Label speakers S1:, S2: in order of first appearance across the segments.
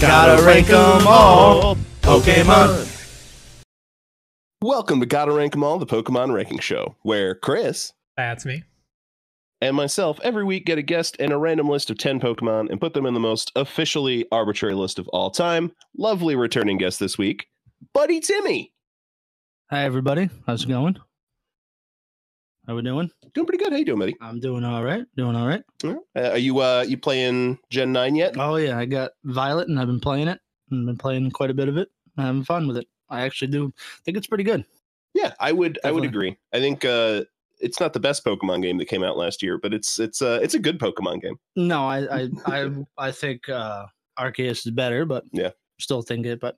S1: Gotta rank 'em all. Pokemon.
S2: Welcome to Gotta Rank 'em All, the Pokemon Ranking Show, where Chris
S3: That's me.
S2: and myself every week get a guest and a random list of 10 Pokemon and put them in the most officially arbitrary list of all time. Lovely returning guest this week, Buddy Timmy.
S4: Hi everybody, how's it going? How we doing?
S2: Doing pretty good. How you doing, buddy?
S4: I'm doing all right. Doing all right.
S2: Uh, are you uh you playing Gen 9 yet?
S4: Oh yeah, I got Violet and I've been playing it. I've been playing quite a bit of it. I'm having fun with it. I actually do think it's pretty good.
S2: Yeah, I would I would
S4: Definitely.
S2: agree. I think uh it's not the best Pokemon game that came out last year, but it's it's uh it's a good Pokemon game.
S4: No, I I I, I think uh Arceus is better, but
S2: Yeah.
S4: still think it. But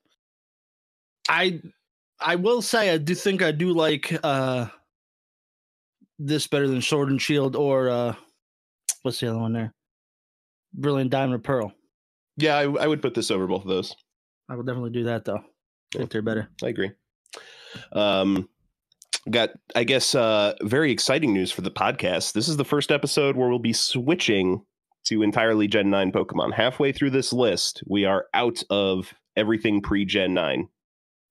S4: I I will say I do think I do like uh this better than Sword and Shield or uh what's the other one there? Brilliant Diamond or Pearl.
S2: Yeah, I, I would put this over both of those.
S4: I will definitely do that though. I think they're better.
S2: I agree. Um, got, I guess, uh, very exciting news for the podcast. This is the first episode where we'll be switching to entirely Gen 9 Pokemon. Halfway through this list, we are out of everything pre Gen 9,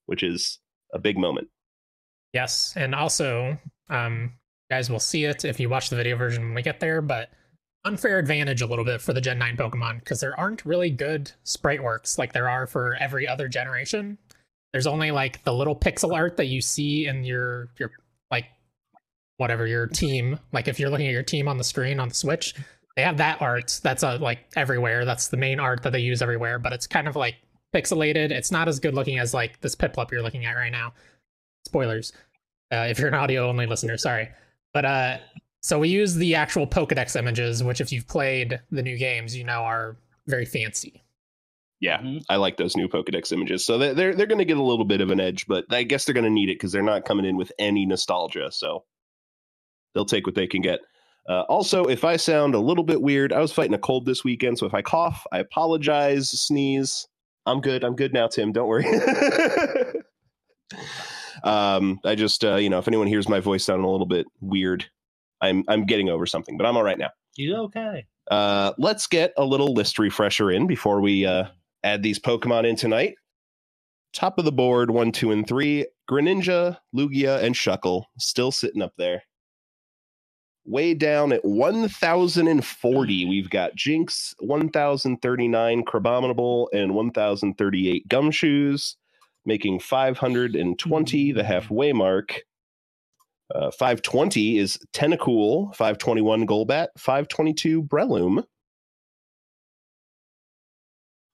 S2: which is a big moment.
S3: Yes, and also, um, you guys will see it if you watch the video version when we get there. But unfair advantage a little bit for the Gen Nine Pokemon because there aren't really good sprite works like there are for every other generation. There's only like the little pixel art that you see in your your like whatever your team. Like if you're looking at your team on the screen on the Switch, they have that art that's uh, like everywhere. That's the main art that they use everywhere, but it's kind of like pixelated. It's not as good looking as like this Piplup you're looking at right now. Spoilers uh, if you're an audio only listener, sorry. But uh, so we use the actual Pokedex images, which if you've played the new games, you know are very fancy.
S2: Yeah,
S4: Mhm.
S2: I like those new Pokedex images. So they're they're, they're going to get a little bit of an edge, but I guess they're going to need it because they're not coming in with any nostalgia. So they'll take what they can get. Uh, also, if I sound a little bit weird, I was fighting a cold this weekend, so if I cough, I apologize. Sneeze, I'm good. I'm good now, Tim. Don't worry. um, I just uh, you know, if anyone hears my voice sounding a little bit weird, I'm I'm getting over something, but I'm all right now.
S4: You okay?
S2: Uh, let's get a little list refresher in before we uh, add these Pokemon in tonight. Top of the board, one, two, and three. Greninja, Lugia, and Shuckle still sitting up there. Way down at 1,040, we've got Jinx, 1,039 Crabominable, and 1,038 Gumshoes, making 520 the halfway mark. Uh, 520 is Tentacool, 521 Golbat, 522 Breloom.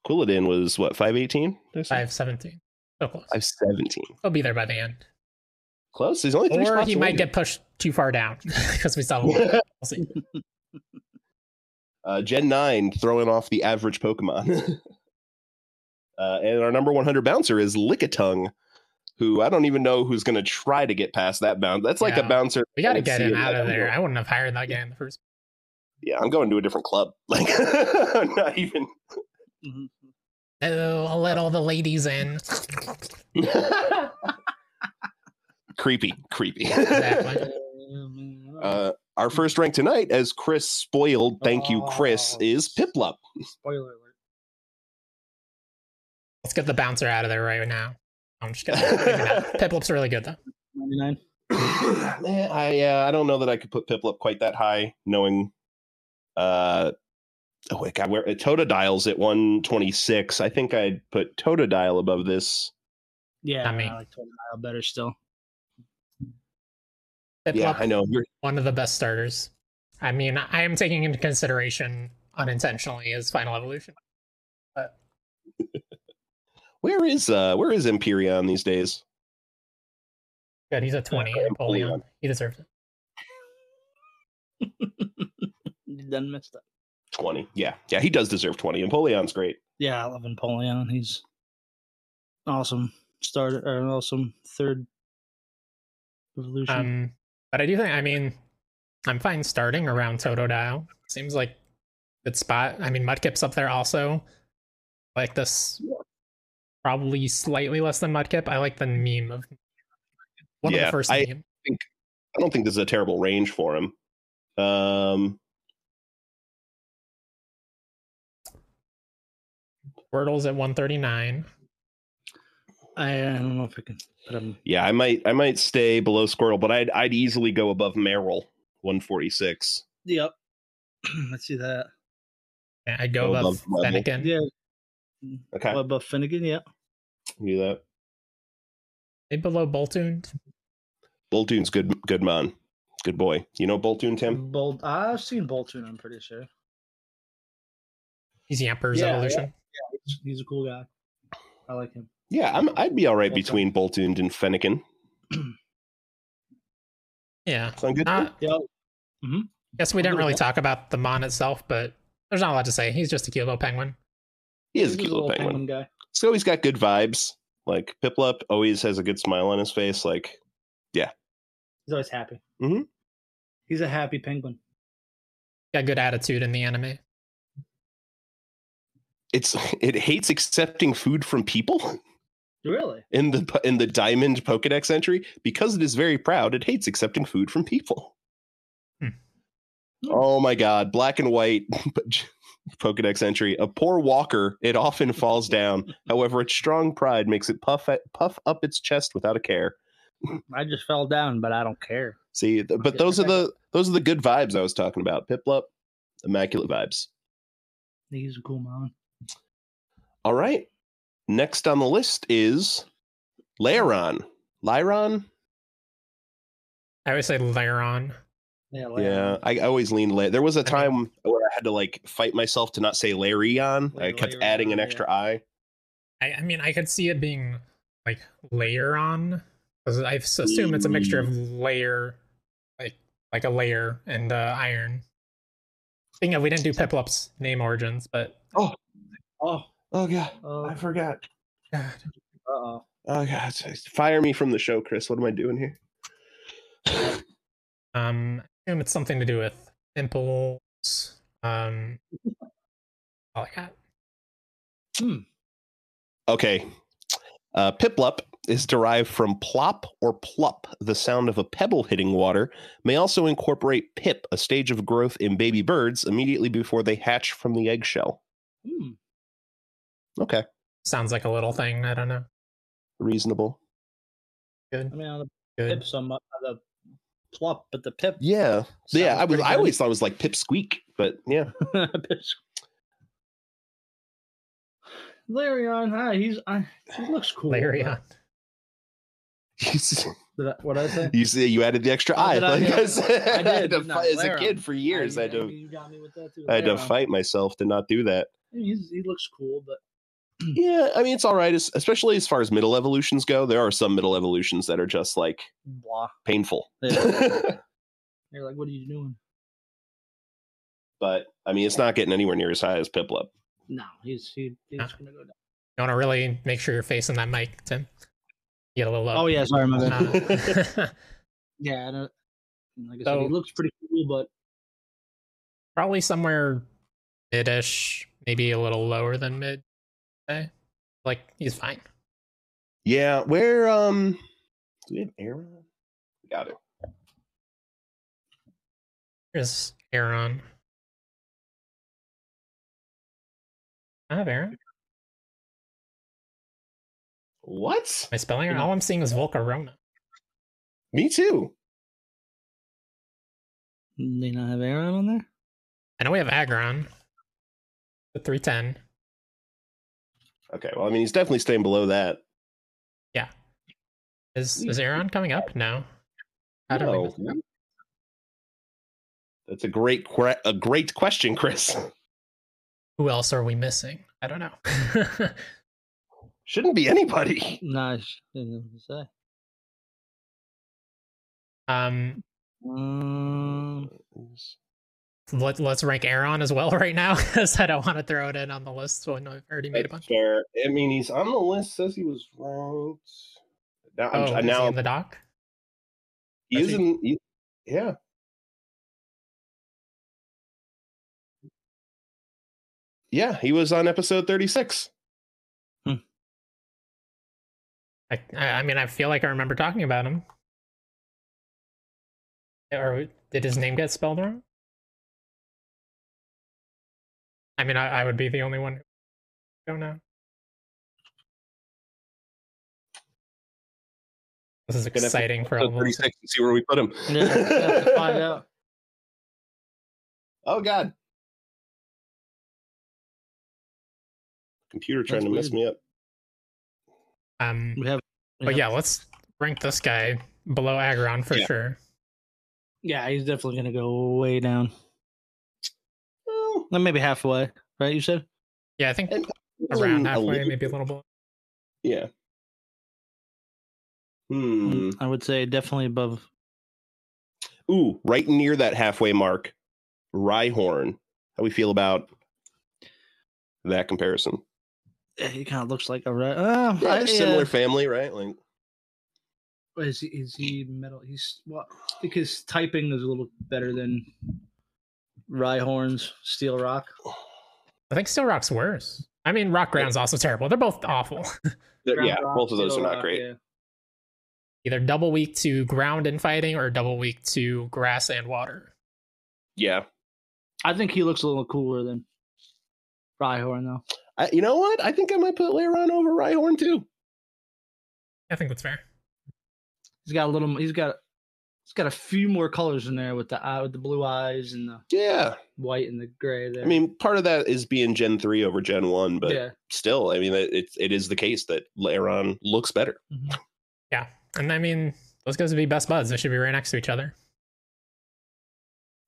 S2: Quilladin was what, 518?
S3: Five seventeen, so close.
S2: 517.
S3: He'll be there by the end,
S2: Close. He's only three
S3: or
S2: spots
S3: he
S2: away.
S3: might get pushed too far down because we saw. We'll see.
S2: uh, Gen 9 throwing off the average Pokemon. uh, and our number 100 bouncer is Lickitung, who I don't even know who's going to try to get past that bounce. That's like
S3: Yeah.
S2: a bouncer.
S3: We got to
S2: I
S3: get
S2: see
S3: him
S2: it,
S3: out
S2: like,
S3: of
S2: I'm
S3: there.
S2: going-
S3: I wouldn't have hired that guy in the first.
S2: yeah, I'm going to a different club. Like, I'm not even.
S4: Mm-hmm.
S3: Oh, I'll let all the ladies in.
S2: creepy, creepy.
S3: Exactly.
S2: Uh, our first rank tonight, as Chris spoiled, thank you, Chris,
S4: Oh.
S2: is Piplup.
S4: Spoiler alert.
S3: Let's get the bouncer out of there right now. I'm just kidding. Maybe not. Piplup's really good though.
S4: 99.
S2: Eh, I uh, I don't know that I could put Piplup quite that high, knowing. Uh, oh wait, God, where uh, Totodile's at one twenty six. I think I'd put Totodile above this.
S4: Yeah,
S3: mean-
S4: I like Total Dial better still.
S3: Piplup
S2: yeah, I know. You're,
S3: one of the best starters. I mean, I am taking into consideration unintentionally his final evolution.
S2: where is uh where is Imperion these days?
S3: Good, he's a 20.
S2: Yeah,
S3: Napoleon.
S2: Napoleon.
S3: He deserves it.
S4: You done messed up.
S2: Twenty. Yeah, yeah, he does deserve twenty. Empoleon's great.
S4: Yeah, I love Napoleon. He's awesome starter or an awesome third evolution.
S3: Um, but I do think, I mean, I'm fine starting around Totodile. Seems like good spot. I mean, Mudkip's up there also. Like this, probably slightly less than Mudkip. I like the meme of one of
S2: Yeah,
S3: the first
S2: I-
S3: meme.
S2: I don't think this is a terrible range for him. Um,
S3: Squirtle's at 139.
S4: I, I don't know if I can, but I'm
S2: Yeah, I might I might stay below Squirtle, but I'd I'd easily go above Merrill, 146.
S4: Yep. Let's see that.
S3: Yeah, I'd go
S2: Oh,
S3: above
S2: above level.
S3: Fennekin.
S4: Yeah.
S2: Okay,
S4: What about Finnegan? Yeah.
S2: do that.
S3: Stay below Boltund.
S2: Boltoon's good good man. Good boy. You know Boltoon, Tim?
S4: Bold. I've seen Bolton. I'm pretty sure.
S3: He's the Emperor's
S4: Yeah,
S3: Evolution.
S4: He's a cool guy. I like him.
S2: Yeah, I'm, I'd be all right between Boltoon and Fennekin.
S3: Yeah. Uh,
S2: Sound good?
S3: Not,
S4: Yep.
S3: guess we didn't
S4: Little
S3: really
S4: bit.
S3: talk about the Mon itself, but there's not a lot to say. He's just a cute little penguin.
S2: he is a cute little penguin.
S4: guy.
S2: So he's got good vibes. Like Piplup always has a good smile on his face. Like
S4: He's always happy.
S2: Mhm.
S4: He's a happy penguin.
S3: Got good attitude in the anime.
S2: it's it hates accepting food from people
S4: Really?
S2: in the in the diamond Pokedex entry because it is very proud. It hates accepting food from people.
S3: Hmm.
S2: Oh my god, black and white Pokedex entry. A poor walker, it often falls down. However, its strong pride makes it puff at, puff up its chest without a care.
S4: I just fell down, but I don't care.
S2: See, th- but
S4: Okay,
S2: those are
S4: okay.
S2: the those are the good vibes I was talking about. Piplup, immaculate vibes.
S4: He's a cool man.
S2: All right. Next on the list is Lyron. Lyron?
S3: I always say Laron.
S4: Yeah.
S2: Yeah, I, I always lean. La- there was a
S3: think-
S2: time where I had to like fight myself to not say Larion. I
S4: Like
S2: kept
S4: Laron,
S2: adding an
S4: yeah.
S2: extra I.
S3: I, I mean, I could see it being like layer on. 'cause I s- assume it's a mixture of layer, like like a layer and uh, iron. Thing of, we didn't do Piplup's name origins, but
S4: Oh.
S2: Oh god,
S4: Oh. Uh
S2: forgot.
S3: God,
S4: oh.
S2: Oh god, fire me from the show, Chris. What am I doing here?
S3: um, I assume it's something to do with pimples. Um, all I got.
S2: Okay. Uh, piplup is derived from plop or plup, the sound of a pebble hitting water, may also incorporate pip, a stage of growth in baby birds immediately before they hatch from the eggshell.
S4: Hmm.
S2: Okay.
S3: Sounds like a little thing. I don't know.
S2: Reasonable.
S3: Good,
S4: I mean, on the
S3: good.
S4: pip, some uh, the plop, but the pip.
S2: Yeah. yeah.
S4: sounds
S2: I was
S4: pretty
S2: I
S4: good.
S2: always thought it was like pip squeak, but yeah.
S4: Pips. Larion, hi. He's I, he looks cool.
S3: Layer on.
S4: Did I, what I say?
S2: you see you added the extra
S4: Oh,
S2: I.
S4: did I?
S2: Like
S4: Yeah.
S2: I, said,
S4: I
S2: I had
S4: did,
S2: to
S4: didn't I?
S2: fight as a
S4: Layer
S2: kid for years. I had
S4: do.
S2: to
S4: You got me with that too.
S2: I had to
S4: Laron.
S2: fight myself to not do that.
S4: He's, he looks cool, but Hmm.
S2: Yeah, I mean it's all right, es- especially as far as middle evolutions go. There are some middle evolutions that are just like
S4: blah.
S2: painful.
S4: Yeah. You're like, what are you doing?
S2: but I mean, it's not getting anywhere near as high as Piplup.
S4: No, he's he, he's
S3: Nah.
S4: gonna go down.
S3: You want to really make sure you're facing that mic, Tim. Get a little up.
S4: Oh yeah, sorry, my bad.
S2: bad.
S3: Uh,
S4: Yeah, I don't, like I said,
S3: So-
S4: he looks pretty cool, but
S3: probably somewhere mid-ish, maybe a little lower than mid. eh? Like he's fine.
S2: Yeah, where um, do we have Aaron? Got it.
S3: There's Aaron. I have Aaron. Am
S2: What?
S3: I spelling it? All I'm seeing is Volcarona.
S2: Me too.
S4: they not have Aaron on there.
S3: I know we have Agron. The 310.
S2: Okay, well, I mean, he's definitely staying below that.
S3: Is is Aaron coming up? No. How did we
S2: No.
S3: miss him?
S2: That's a great que- a great question, Chris.
S3: Who else are we missing? I don't know.
S2: Shouldn't be anybody.
S4: Nice. Didn't even say.
S3: um
S4: Um,
S3: let, let's rank Aaron as well right now because I don't want to throw it in on the list when I've already made a bunch.
S2: Fair. I mean, he's on the list. Says he was ranked. Now,
S3: Oh,
S2: I'm,
S3: is he
S2: now
S3: in the dock?
S2: he
S3: is
S2: is
S3: he?
S2: in. he- yeah. Yeah, he was on episode thirty-six.
S3: I, I I mean, I feel like I remember talking about him. Or did his name get spelled wrong? I mean, I, I would be the only one. Who don't know. This is
S2: Gonna have to
S3: exciting for all
S2: So
S3: of us.
S2: 36 and see where we put him.
S4: Yeah, have to find out.
S2: Oh God. Computer trying
S4: That's
S2: to mess
S4: weird.
S2: me up.
S3: Um,
S4: We have,
S3: but yeah, let's rank this guy below Aggron for
S2: Yeah.
S3: sure.
S4: yeah, he's definitely gonna go way down.
S2: Well,
S4: Then maybe halfway, right? You said.
S3: Yeah, I think
S2: And-
S3: around
S2: Mm, a
S3: halfway,
S2: little-
S3: maybe a little below.
S2: Yeah. Hmm.
S4: I would say definitely above.
S2: Ooh, right near that halfway mark, Rhyhorn. How we feel about that comparison?
S4: eh, He kind of looks like a right. Oh,
S2: Yeah,
S4: I-
S2: Similar
S4: yeah.
S2: family, right? Like,
S4: Is he, is he metal? He's what? I think his typing is a little better than Rhyhorn's Steel Rock.
S3: I think Steel Rock's worse. I mean, Rock Ground's also terrible. They're both awful.
S2: they're- yeah,
S4: Rock,
S2: both of those are
S4: Steel
S2: not
S4: Rock,
S2: great.
S4: yeah.
S3: Either double weak to ground and fighting, or double weak to grass and water.
S2: Yeah.
S4: I think he looks a little cooler than Rhyhorn, though.
S2: I, you know what? I think I might put Leiron over Rhyhorn too.
S3: I think that's fair.
S4: He's got a little. m- He's got. He's got a few more colors in there with the eye, with the blue eyes and the
S2: Yeah.
S4: white and the gray. There.
S2: I mean, part of that is being Gen 3 over Gen 1, but
S4: yeah,
S2: still, I mean, it, it, it is the case that Leiron looks better.
S3: And I mean, those guys would be best buds. They should be right next to each other.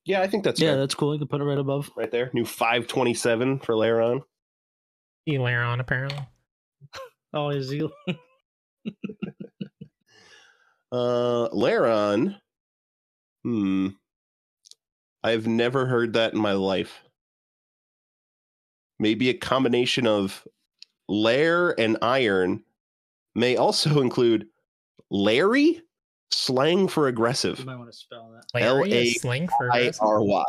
S2: Yeah, I think that's
S4: yeah,
S2: fair.
S4: that's cool. You can put it right above.
S2: right there. New 527 for Leiron.
S3: Elaron, apparently.
S4: Oh, is he?
S2: Uh, Laron. Hmm. I've never heard that in my life. Maybe a combination of lair and iron may also include Larry, slang for
S4: You
S2: aggressive.
S4: might want to spell that.
S3: Larry
S2: L A
S3: is slang for
S2: I
S3: aggressive?
S2: R Y.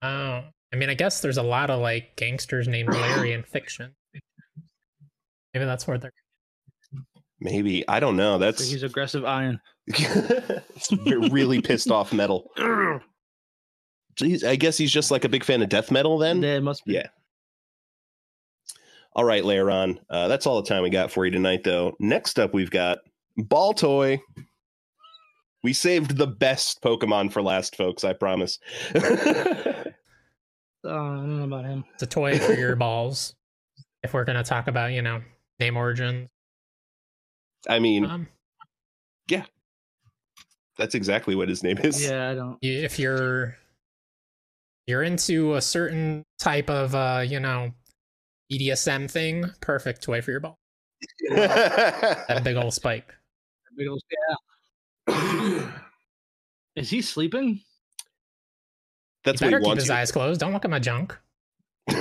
S3: Oh, I mean, I guess there's a lot of like gangsters named Larry in fiction. Maybe that's where they're.
S2: Maybe I don't know.
S4: So
S2: That's
S4: he's aggressive iron.
S2: it's really pissed off metal. Jeez, I guess he's just like a big fan of death metal then.
S4: yeah, it must be.
S2: Yeah. All right, Leiron. Uh, that's all the time we got for you tonight, though. Next up, we've got Ball Toy. We saved the best Pokemon for last, folks. I promise.
S4: Uh, I don't know about him.
S3: It's a toy for your balls. If we're gonna talk about, you know, name origins,
S2: I mean,
S3: um,
S2: that's exactly what his name is.
S4: Yeah, I don't.
S3: you- if you're you're into a certain type of, uh, you know, E BDSM thing, perfect toy for your ball. That big old spike.
S4: Big ol' yeah. Is he sleeping?
S2: that's
S3: you
S2: what he
S3: better keep
S2: wants.
S3: his
S2: you-
S3: eyes closed. Don't look at my junk.
S4: I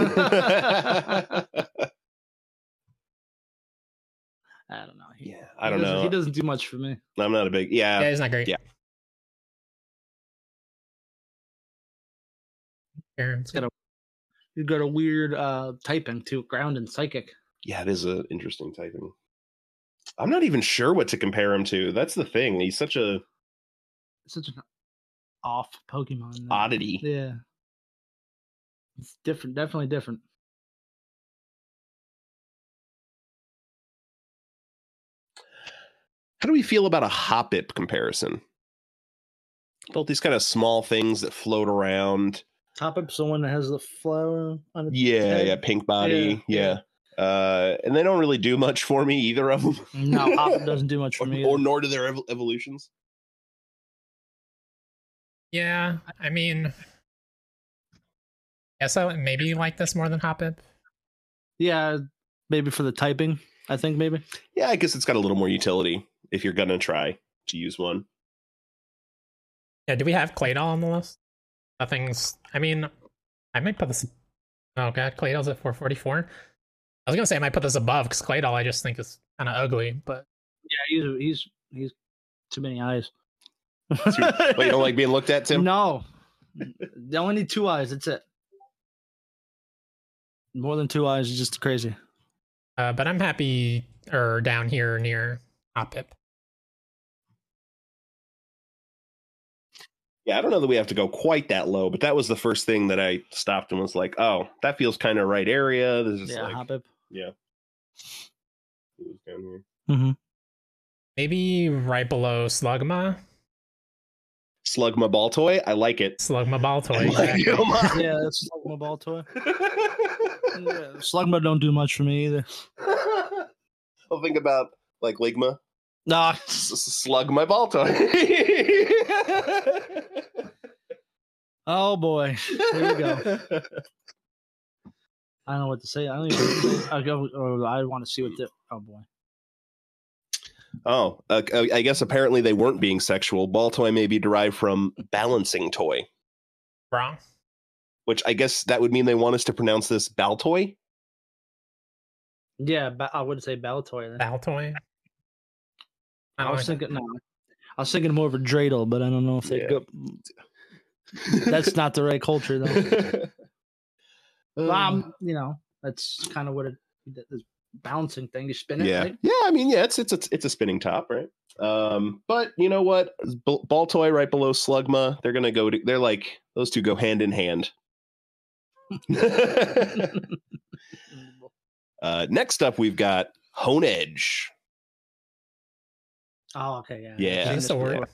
S4: don't know. He-
S2: yeah, I
S4: he
S2: don't
S4: doesn't- He
S2: know.
S4: doesn't do much for me.
S2: I'm not a big. Yeah,
S3: yeah, he's not great.
S2: yeah.
S3: Aaron,
S4: got He's got a weird uh typing to ground and psychic.
S2: Yeah, it is an interesting typing. I'm not even sure what to compare him to. That's the thing. He's such a
S4: Such an off Pokemon. though.
S2: oddity.
S4: Yeah. It's different. Definitely different.
S2: How do we feel about a Hoppip comparison? Both these kind of small things that float around.
S4: Top up someone that has the flower on its
S2: Yeah,
S4: head.
S2: yeah, pink body. Yeah.
S4: yeah.
S2: Uh, and they don't really do much for me, either of them.
S4: No, Pop Up doesn't do much for
S2: or,
S4: me.
S2: or
S4: either.
S2: nor do their ev- evolutions.
S3: Yeah, I mean, guess I maybe like this more than Hoppip.
S4: yeah, maybe for the typing. I think maybe.
S2: Yeah, I guess it's got a little more utility if you're going to try to use one.
S3: Yeah, do we have Claydol on the list? Nothing's. I mean, I might put this. Oh god, Claydol's at 444. I was gonna say I might put this above because Claydol I just think is kind of ugly, but
S4: Yeah, he's he's he's too many eyes.
S2: Wait, you don't like being looked at, Tim?
S4: No, they only need two eyes. That's it. More than two eyes is just crazy.
S3: uh, but I'm happy or down here near Hoppip.
S2: Yeah, I don't know that we have to go quite that low, but that was the first thing that I stopped and was like, oh, that feels kind of right area. This is
S4: yeah,
S2: like,
S4: Hoppip.
S2: down here.
S4: Mm-hmm.
S3: Maybe right below Slugma.
S2: Slugma ball toy. I like it.
S3: Slugma ball toy.
S2: Like,
S3: exactly.
S2: come on.
S4: Yeah, that's Slugma ball toy. Yeah, Slugma don't do much for me either.
S2: I'll think about like Ligma.
S4: Nah,
S2: S- s- slug my ball toy.
S4: oh boy,
S2: there
S4: you go. I don't know what to say. I don't even. I go. Or I want to see what the. Oh boy.
S2: Oh, uh, I guess apparently they weren't being sexual. Ball toy may be derived from balancing toy,
S3: Wrong.
S2: which I guess that would mean they want us to pronounce this ball toy.
S4: Yeah, ba- I wouldn't say Balatoy. Then.
S3: Ball toy. I
S4: I
S3: don't
S4: was
S3: like
S4: thinking no. I was thinking more of a dreidel, but I don't know if they
S2: Yeah.
S4: go. That's not the right culture though. Well, I'm- you know, that's kind of what it. that- This balancing thing, you spin it.
S2: yeah,
S4: right?
S2: yeah. I mean, yeah, it's it's a, it's a spinning top, right? Um, but you know what? B- ball toy right below Slugma. They're gonna go. To, they're like those two go hand in hand. uh, next up, we've got Hone Edge.
S4: Oh, okay, yeah.
S2: Yeah.
S4: I've seen
S3: That's the
S4: this
S3: word.
S4: before.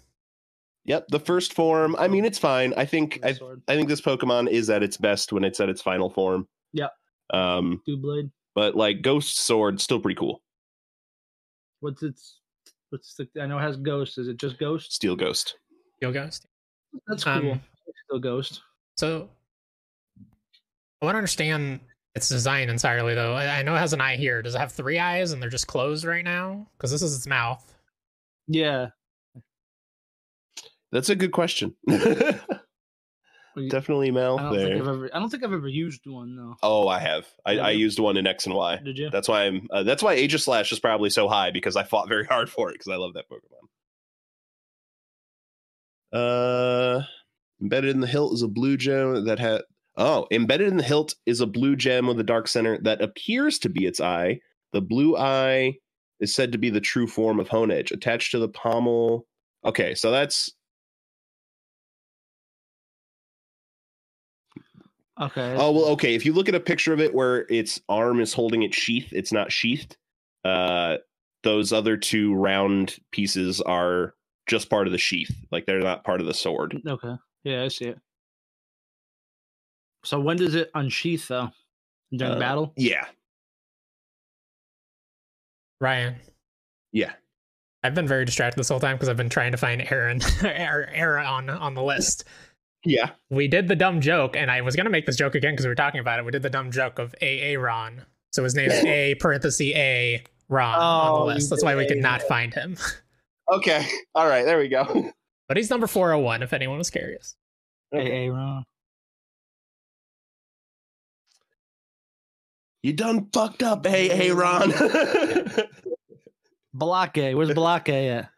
S2: Yep, the first form. Um, I mean, it's fine. I think I,
S4: Sword.
S2: I think this Pokemon is at its best when it's at its final form.
S4: Yep.
S2: Um,
S4: Two blade.
S2: but like Ghost Sword, still pretty cool.
S4: What's its? What's the? I know it has ghost. Is it just ghost?
S2: Steel Ghost.
S3: Steel Ghost.
S4: That's
S3: Um,
S4: cool. Still ghost.
S3: So I want to understand its design entirely, though. I I know it has an eye here. Does it have three eyes and they're just closed right now? Because this is its mouth.
S4: Yeah.
S2: That's a good question.
S4: Well, you-
S2: Definitely
S4: I
S2: mouth
S4: don't think I've
S2: there.
S4: ever. I don't think I've ever used one though.
S2: Oh, I have. I, I
S4: Have you?
S2: used one in X and Y.
S4: Did you?
S2: That's why I'm. Uh, that's why Aegis Slash is probably so high because I fought very hard for it because I love that Pokemon. Uh, embedded in the hilt is a blue gem that had. Oh, embedded in the hilt is a blue gem with a dark center that appears to be its eye. The blue eye is said to be the true form of Hone Edge, attached to the pommel. Okay, so that's
S4: Okay.
S2: Oh well, okay. If you look at a picture of it where its arm is holding its sheath, it's not sheathed. Uh, those other two round pieces are just part of the sheath, like they're not part of the sword.
S4: Okay. Yeah, I see it. So when does it unsheath though? During
S2: Uh,
S4: battle?
S2: Yeah,
S3: Ryan,
S2: yeah.
S3: I've been very distracted this whole time because I've been trying to find Aaron Er- Era on on the list.
S2: Yeah.
S3: We did the dumb joke, and I was gonna make this joke again because we were talking about it. We did the dumb joke of A Ron. So his name is A parenthesis A Ron on
S4: Oh,
S3: the
S4: you
S3: list. That's why we
S4: did
S3: could not
S4: A-Ron.
S3: find him.
S2: Okay. All right. There we go.
S3: But he's number four hundred one. If anyone was curious,
S4: Hey, hey, Ron.
S2: You done fucked up, hey, hey, Ron.
S4: Block A. Where's Block A at?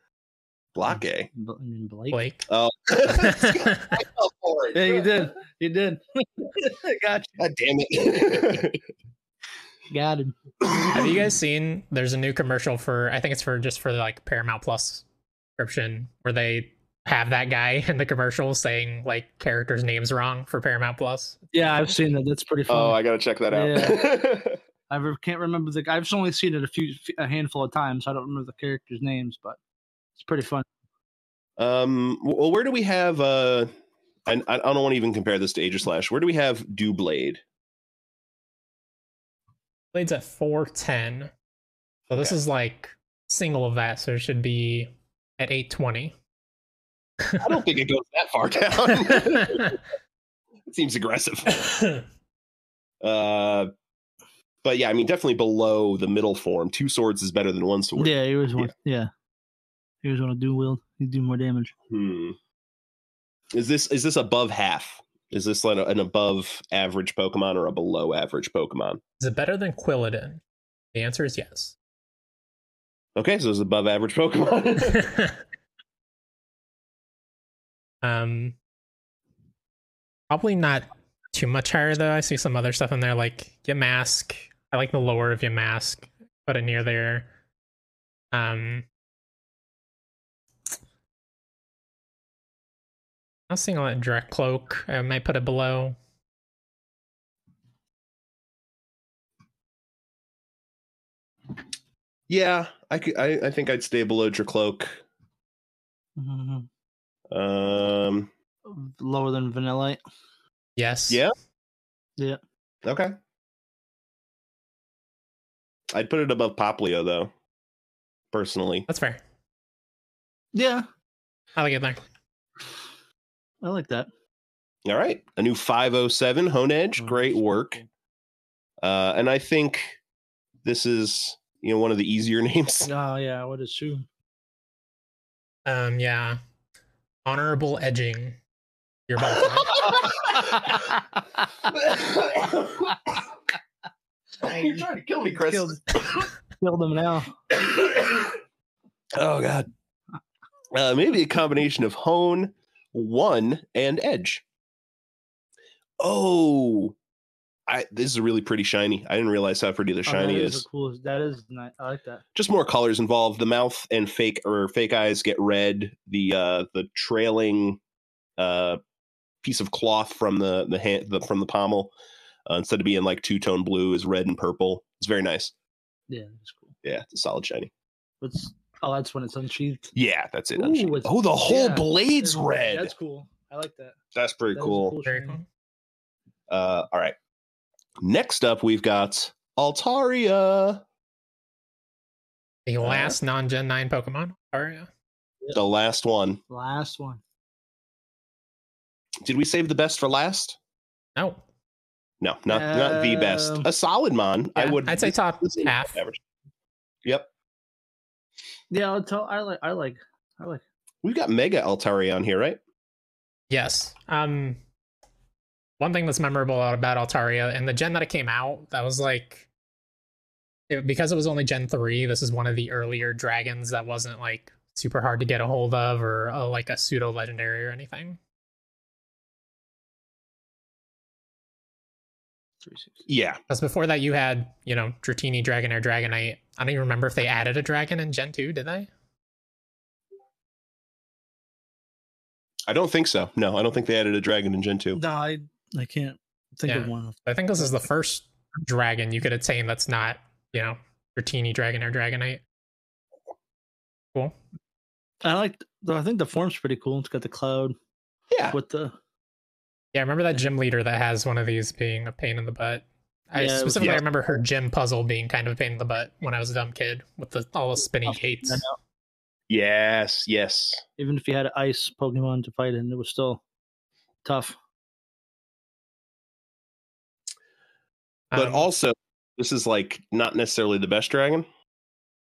S2: Block A.
S4: B- I mean, Blake.
S3: Blake.
S2: I fell for it.
S4: Yeah, you did. You did. Got
S2: God damn it.
S4: you. Got him.
S3: Have you guys seen? There's a new commercial for I think it's for just for like Paramount Plus subscription where they have that guy in the commercial saying like characters' names wrong for Paramount Plus.
S4: Yeah, I've seen that. That's pretty funny.
S2: Oh, I gotta check that out.
S4: I re- can't remember the. I've only seen it a few, a handful of times. So I don't remember the characters' names, but it's pretty fun.
S2: Um, well, where do we have? Uh, and I, I don't want to even compare this to Age of Slash. Where do we have Dewblade?
S3: Blade's at four ten, so this
S2: Okay.
S3: is like single of that, so it should be at eight twenty.
S2: I don't think it goes that far down. it seems aggressive. Uh, but yeah, I mean, definitely below the middle form. Two swords is better than one sword.
S4: Yeah, he was
S2: Yeah.
S4: one. Yeah. he was on a do wield. He do more damage.
S2: Hmm. Is this is this above half? Is this like an above average Pokemon or a below average Pokemon?
S3: is it better than Quilladin? The answer is yes.
S2: Okay, so it's above average Pokemon.
S3: um, probably not too much higher though. I see some other stuff in there like Yamask. I like the lower of Yamask. Put it near there. Um, I'm not seeing a lot of direct cloak. I might put it below.
S2: yeah, I could. I, I think I'd stay below Dracloak.
S4: Mhm.
S2: Um.
S4: Lower than Vanillite.
S3: Yes.
S2: Yeah.
S4: Yeah.
S2: Okay. I'd put it above Poplio though. Personally,
S3: That's fair.
S4: Yeah,
S3: I like it there.
S4: I like that.
S2: all right. A new five oh seven Hone Edge. Great work. Uh, and I think this is you know one of the easier names.
S4: Oh yeah, what is she?
S3: Um, yeah. Honorable edging. You're welcome.
S2: You're trying to kill me, Chris.
S4: Killed, killed him now.
S2: oh god. Uh, maybe a combination of hone, one, and edge. Oh, I this is really pretty shiny. I didn't realize how pretty the
S4: Oh,
S2: shiny
S4: that
S2: is.
S4: the coolest. That is nice. I like that.
S2: Just more colors involved. The mouth and fake or fake eyes get red. The uh the trailing uh piece of cloth from the the hand the, from the pommel uh, instead of being like two tone blue is red and purple. It's very nice.
S4: Yeah, that's cool.
S2: Yeah, it's a solid shiny.
S4: What's oh, that's when it's unsheathed.
S2: Yeah, that's it.
S4: Ooh,
S2: Unsheathed.
S4: it's-
S2: oh, the whole
S4: yeah.
S2: blade's
S4: That's-
S2: red.
S4: That's cool. I like that.
S2: That's pretty
S4: That is a
S2: cool.
S3: Very
S4: shiny.
S3: cool.
S2: Uh, all right. Next up, we've got Altaria,
S3: The last non Gen 9 Pokemon. uh, Aria.
S2: the last one.
S4: Last one.
S2: Did we save the best for last?
S3: No.
S2: No, not not the best.
S4: Um,
S2: A solid mon. I
S3: Yeah,
S2: would.
S3: I'd say top
S2: this is
S3: half.
S2: average. Yep.
S4: Yeah, I'll tell. I like. I like. I like.
S2: We've got Mega Altaria on here, right?
S3: Yes. Um one thing that's memorable about Altaria and the gen that it came out, that was like it, because it was only Gen 3, this is one of the earlier dragons that wasn't like super hard to get a hold of or uh, like a pseudo legendary or anything.
S4: Three six.
S2: Yeah.
S3: Because before that you had, you know, Dratini, Dragonair, Dragonite. I don't even remember if they added a dragon in Gen 2, did they?
S2: I don't think so. No, I don't think they added a dragon in Gen 2.
S4: No, I. I can't think of
S3: Yeah.
S4: one.
S3: I think this is the first dragon you could attain that's not, you know, Dratini, Dragonair, Dragonite. Cool.
S4: I like. though I think the form's pretty cool. It's got the cloud
S2: Yeah.
S4: with the.
S3: Yeah, I remember that gym leader that has one of these being a pain in the butt. I
S4: Yeah, it was-
S3: specifically
S2: yeah.
S3: remember her gym puzzle being kind of a pain in the butt when I was a dumb kid with the, all the spinny gates.
S4: Oh, I know.
S2: Yes. Yes.
S4: Even if you had an ice Pokemon to fight in, it was still tough.
S2: But
S3: Um,
S2: also, this is like not necessarily the best dragon.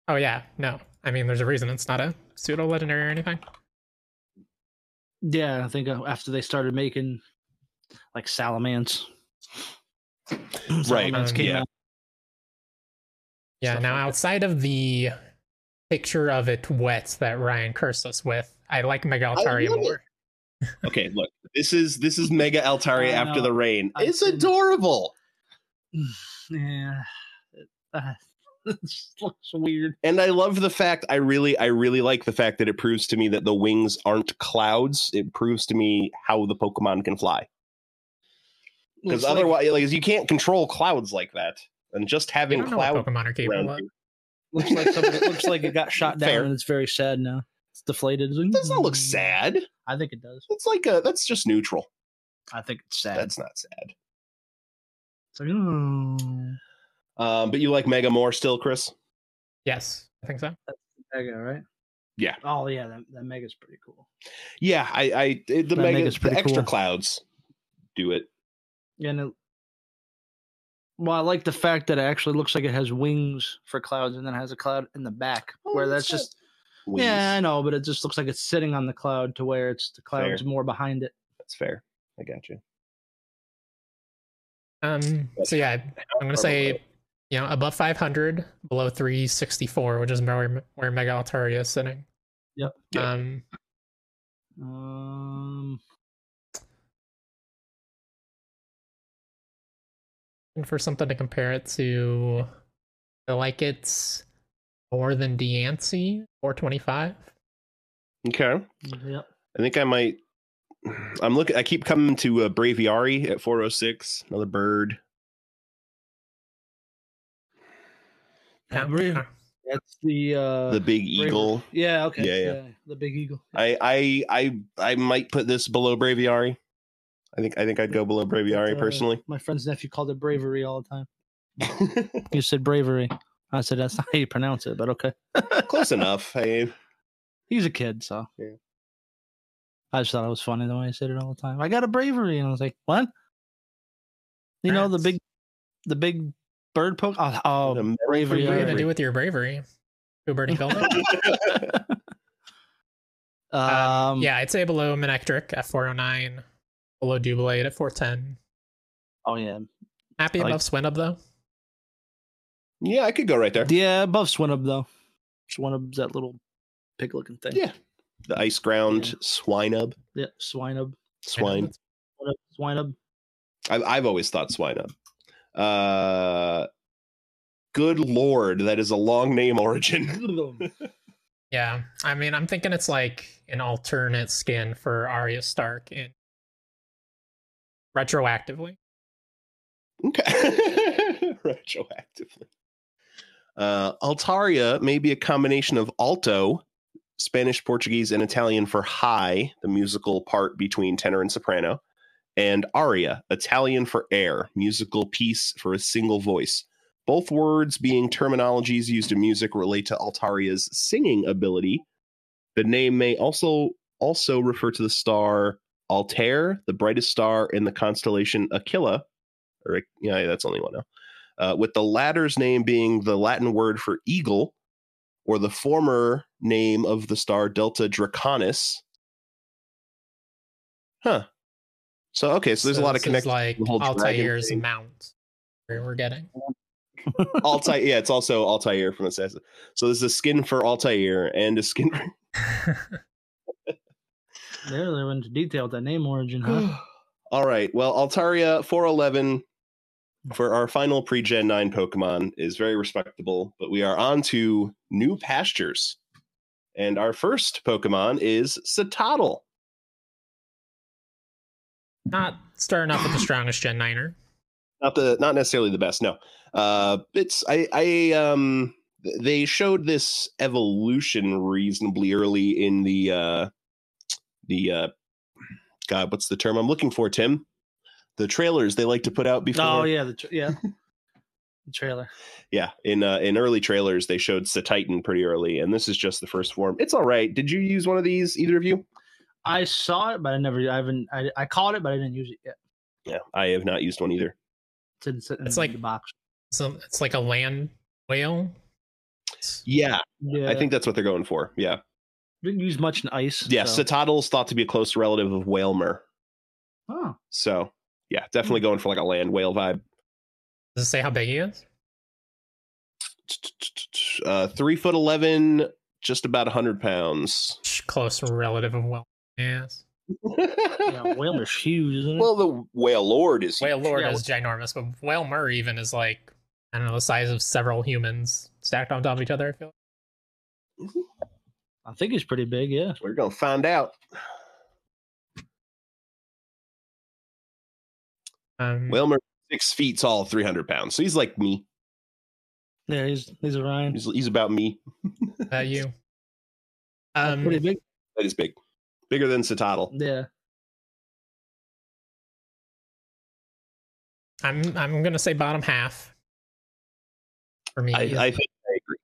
S3: oh yeah, no, I mean there's a reason it's not a pseudo legendary or anything.
S4: Yeah, I think uh, after they started making like Salamance.
S2: Right,
S4: Salamance
S3: um,
S4: came
S2: yeah.
S4: out.
S3: Yeah.
S4: Stuff
S3: now
S4: like that.
S3: outside of the picture of it wet that Ryan cursed us with, I like Mega
S2: love
S3: Altaria
S2: it.
S3: more.
S2: Okay, look. This is this is Mega Altaria
S4: I
S2: after
S4: know.
S2: the rain.
S4: I've
S2: It's
S4: seen it.
S2: adorable.
S4: Yeah. It, uh, this looks weird.
S2: And I love the fact I really I really like the fact that it proves to me that the wings aren't clouds. It proves to me how the Pokemon can fly. Because
S4: Looks like-
S2: otherwise like, you can't control clouds like that. And just
S3: I
S2: having
S3: don't know what
S2: clouds
S3: Pokemon are
S2: around
S3: capable of.
S2: you.
S4: looks like somebody, it looks like it got shot down
S2: Fair.
S4: and it's very sad now. It's deflated. It's like,
S2: Does not look
S4: "Mm."
S2: sad?
S4: I think it does.
S2: That's like a that's just neutral.
S4: I think it's sad.
S2: That's not sad.
S4: It's like, "Mm."
S2: Um, but you like Mega more still, Chris?
S3: Yes, I think so.
S4: Mega, right?
S2: Yeah.
S4: Oh yeah, that, that Mega's pretty cool.
S2: Yeah, I I it, the
S4: That
S2: Mega
S4: Mega's
S2: the
S4: pretty
S2: extra
S4: cool.
S2: clouds do it.
S4: Yeah, and it, well, I like the fact that it actually looks like it has wings for clouds, and then it has a cloud in the back,
S2: Oh,
S4: where
S2: that's
S4: that's just yeah, I know, but it just looks like it's sitting on the cloud to where it's the cloud's
S2: Fair.
S4: more behind it.
S2: That's fair. I got you.
S3: Um, so yeah, I'm gonna say, you know, above 500, below 364, which is where where Mega Altaria is sitting.
S4: Yep.
S2: Yep.
S3: Um,
S4: Um,
S3: and for something to compare it to, I like it's more than Deancey, 425.
S2: Okay.
S4: yep.
S2: I think I might. I'm looking. I keep coming to uh, Braviary at 406. Another bird.
S4: Yeah, really. That's the uh
S2: the big
S4: Braver.
S2: eagle.
S4: Yeah, okay.
S2: Yeah, yeah.
S4: The big eagle.
S2: I I I I might put this below Braviary. I think I think I'd go below Braviary
S4: Uh,
S2: personally.
S4: My friend's nephew called it bravery all the time. You said bravery. I said that's not how you pronounce it, but okay.
S2: Close enough. I,
S4: He's a kid, so
S2: Yeah.
S4: I just thought it was funny the way I said it all the time. I got a bravery, and I was like, "What?" You know the
S3: Congrats.
S4: big, the big bird poke. Oh, oh,
S2: The medal for
S4: bravery!
S3: What are you
S2: bravery.
S3: gonna do with your bravery? Who Bernie Pillow?
S2: uh,
S4: Um,
S3: yeah, I'd say below Manectric at 409, below Dublade at 410.
S4: Oh yeah.
S3: Happy
S4: I like-
S3: above Swinub though.
S2: yeah, I could go right there.
S4: Yeah, above Swinub though. Swinub's that little pig-looking thing.
S2: Yeah. The ice ground
S4: Yeah.
S2: swinub.
S4: Yeah. Swinub.
S2: Swine.
S4: Swinub. Swinub.
S2: I've, I've always thought swinub. Uh good lord, that is a long name origin.
S3: Yeah, I mean, I'm thinking it's like an alternate skin for Arya Stark in retroactively.
S2: Okay. Retroactively. Uh, Altaria may be a combination of alto, Spanish, Portuguese, and Italian for high, the musical part between tenor and soprano, and aria, Italian for air, musical piece for a single voice. Both words being terminologies used in music relate to Altaria's singing ability. The name may also also refer to the star Altair, the brightest star in the constellation Aquila, or yeah, that's only one now. Uh, with the latter's name being the Latin word for eagle, or the former name of the star Delta Draconis. Huh. So okay, so there's a lot of
S3: this is
S2: connections.
S3: like
S2: the whole dragon
S3: Altair's
S2: thing.
S3: mount. where We're getting
S2: Altair, yeah, it's also Altair from Assassin. So there's a skin for Altair and a skin. For-
S4: There they went into detail with that name origin, huh?
S2: All right. Well, Altaria 411 for our final pre Gen 9 Pokemon is very respectable, but we are on to new pastures. And our first Pokemon is Sitottle.
S3: not starting off with the strongest Gen Niner.
S2: Not the not necessarily the best, no. Uh it's I I um th- they showed this evolution reasonably early in the uh the uh God, what's the term I'm looking for, Tim? The trailers they like to put out before
S4: Oh yeah, the tra- yeah. the trailer.
S2: yeah in uh, in early trailers they showed Titan pretty early and this is just the first form it's all right did you use one of these either of you
S4: I saw it, but I never. I haven't. I, I caught it, but I didn't use it yet.
S2: yeah i have not used one either
S4: It's, in, sitting
S3: It's
S4: in
S3: like-
S4: the box.
S3: So it's like a land whale.
S2: yeah,
S4: Yeah,
S2: i think that's what they're going for yeah
S4: didn't use much in ice.
S2: yeah
S4: so-
S2: Citadel's thought to be a close relative of whalemer
S4: Oh,
S2: so yeah
S4: Hmm.
S2: definitely going for like a land whale vibe
S3: Does it say how big he is?
S2: uh three foot eleven just about 100 pounds
S3: Sh- Close relative of whale. Yes.
S4: yeah, whaler's huge, isn't it?
S2: well the whale lord is
S3: Whale Lord
S4: Yeah,
S3: is ginormous, but Whale Murray even is like I don't know the size of several humans stacked on top of each other. I feel.
S4: I think he's pretty big. Yeah.
S2: we're gonna find out
S3: Um,
S4: Hmm.
S2: whalemer six feet tall 300 pounds so he's like me
S4: Yeah, he's he's a Ryan.
S2: he's, he's about me
S3: that you.
S4: That's
S3: Um,
S4: pretty big.
S2: That is big. Bigger than Citadel.
S4: Yeah.
S3: I'm I'm gonna say bottom half. For me,
S2: I, I think I agree.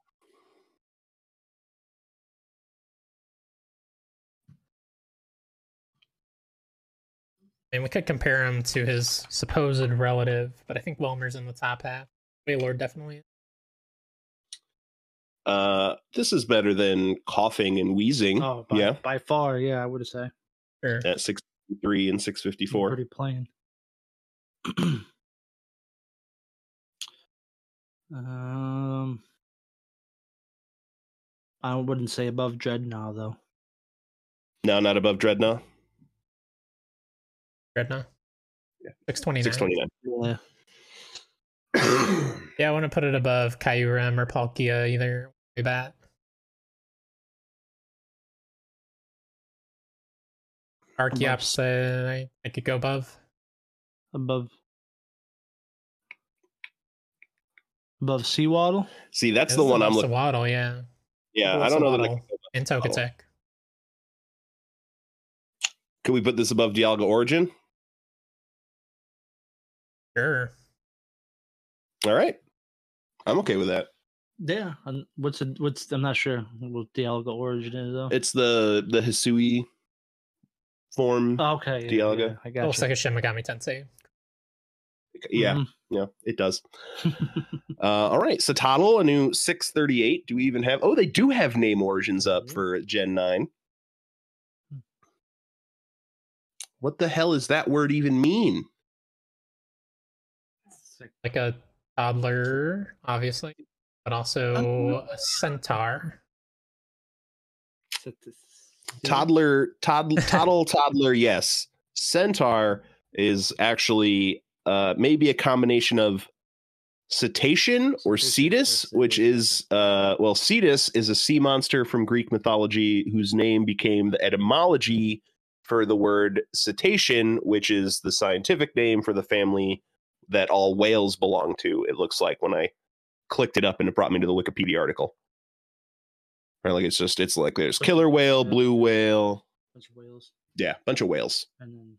S3: mean, we could compare him to his supposed relative, but I think Wilmer's in the top half. Waylord definitely. is.
S2: Uh, this is better than coughing and wheezing.
S4: Oh, by,
S2: Hmm? yeah.
S4: by far. Yeah, I would say
S3: Sure.
S2: At 653 and
S4: He's
S2: 654.
S4: Pretty plain. um, I wouldn't say above Dreadnought though.
S2: No, not above Dreadnought.
S3: Dreadnought.
S2: Yeah.
S3: Six twenty nine.
S2: 629.
S4: Yeah.
S3: Yeah, I want to put it above Kyurem or Palkia either way back. Archeops said I, I could go above.
S4: Above. above Seawaddle.
S2: See, that's the one I'm looking.
S3: Waddle, yeah.
S2: Yeah, I
S3: It's
S2: don't
S3: the
S2: know that. I
S3: Waddle.
S2: can-
S3: And Tokatek.
S2: Oh. Can we put this above Dialga Origin?
S3: Sure.
S2: All right, I'm okay with that.
S4: Yeah. and What's it, what's I'm not sure what the alga origin is though.
S2: It's the the Hisui form.
S4: Oh, okay. yeah,
S2: Dialga.
S4: yeah, I
S3: It
S4: got
S3: looks like a Shin Megami Tensei.
S2: yeah, yeah, it does.
S4: Mm-hmm.
S2: Uh, all right, so Toddle, a new 638. Do we even have? Oh, they do have name origins up for Gen 9. What the hell does that word even mean?
S3: Like a toddler, obviously,
S2: Mm-hmm.
S3: but also a centaur.
S2: Toddler, toddler, toddle, toddler, yes. Centaur is actually uh, maybe a combination of cetacean or
S4: Cetacean or
S2: cetus, which is, uh, well, cetus is a sea monster from Greek mythology whose name became the etymology for the word cetacean, which is the scientific name for the family that all whales belong to, it looks like when I clicked it up and it brought me to the Wikipedia article. Right, like it's just it's like there's killer whale, blue whale,
S4: Bunch of whales,
S2: yeah, bunch of whales.
S4: and then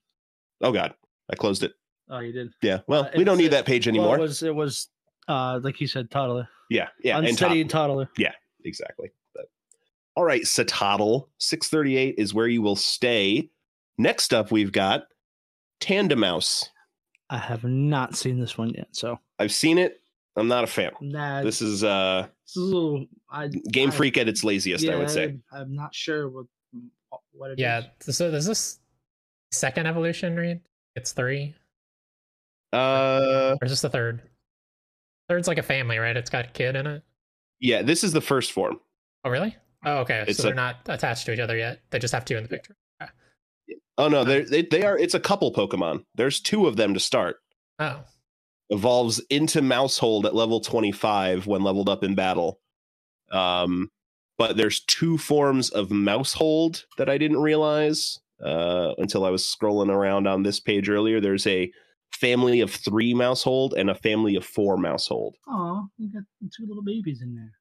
S2: Oh god, I closed it.
S4: oh, you did
S2: Yeah, well,
S4: Uh,
S2: we don't
S4: it's-
S2: need that page
S4: Well,
S2: anymore.
S4: it was it was uh like you said, toddler.
S2: yeah, yeah, and
S4: Unsteady
S2: top-
S4: toddler.
S2: exactly. But all right, Satoddle six thirty eight is where you will stay. Next up, we've got Tandemouse.
S4: I have not seen this one yet, so
S2: I've seen it. I'm not a fan.
S4: nah,
S2: This is uh
S4: this is a little. I
S2: Game
S4: I-
S2: Freak at its laziest, I would say.
S4: I, am not sure what what it is.
S3: Yeah. So there's this second evolution, right? It's three.
S2: Uh
S3: Or is this the third? Third's like a family, right? It's got a kid in it.
S2: yeah, this is the first form.
S3: Oh, really? Oh, okay.
S2: It's
S3: so
S2: a-
S3: they're not attached to each other yet. They just have two in the picture.
S2: Oh no, they're- they they are. It's a couple Pokemon. There's two of them to start.
S3: Oh,
S2: Evolves into Mousehold at level 25 when leveled up in battle. Um, but there's two forms of Mousehold that I didn't realize uh, until I was scrolling around on this page earlier. There's a family of three Mousehold and a family of four Mousehold.
S4: Aw, you got two little babies in there.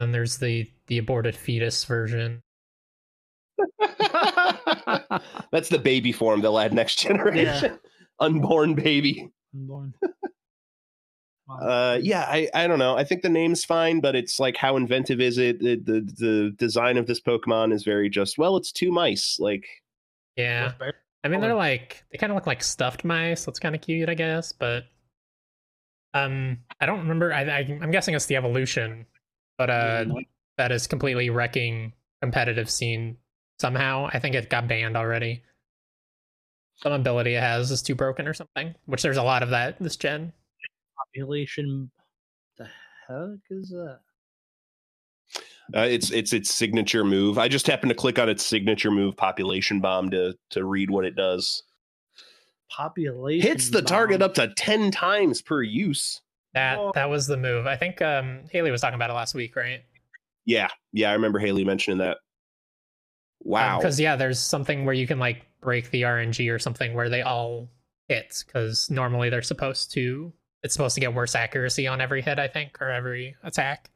S3: and there's the the aborted fetus version.
S2: That's the baby form they'll add next generation. Unborn baby.
S4: Unborn. Wow.
S2: uh yeah i i don't know i think the name's fine but it's like how inventive is it the the, the design of this pokemon is very just well it's two mice like
S3: Yeah. I mean, they're like they kind of look like stuffed mice. That's kind of cute, I guess. But um, I don't remember. I, I I'm guessing it's the evolution, but uh, that is completely wrecking competitive scene somehow. I think it got banned already. Some ability it has is too broken or something, which there's a lot of that this gen.
S4: population. The heck is that?
S2: uh, it's it's its signature move i just happened to click on its signature move population bomb to to read what it does
S4: Population
S2: hits the target up to 10 times per use
S3: That
S4: Oh.
S3: that was the move. I think um Haley was talking about it last week, right?
S2: yeah yeah i remember haley mentioning that wow
S3: Because Um, yeah, there's something where you can like break the RNG or something where they all hit. Because normally they're supposed to. It's supposed to get worse accuracy on every hit, I think, or every attack.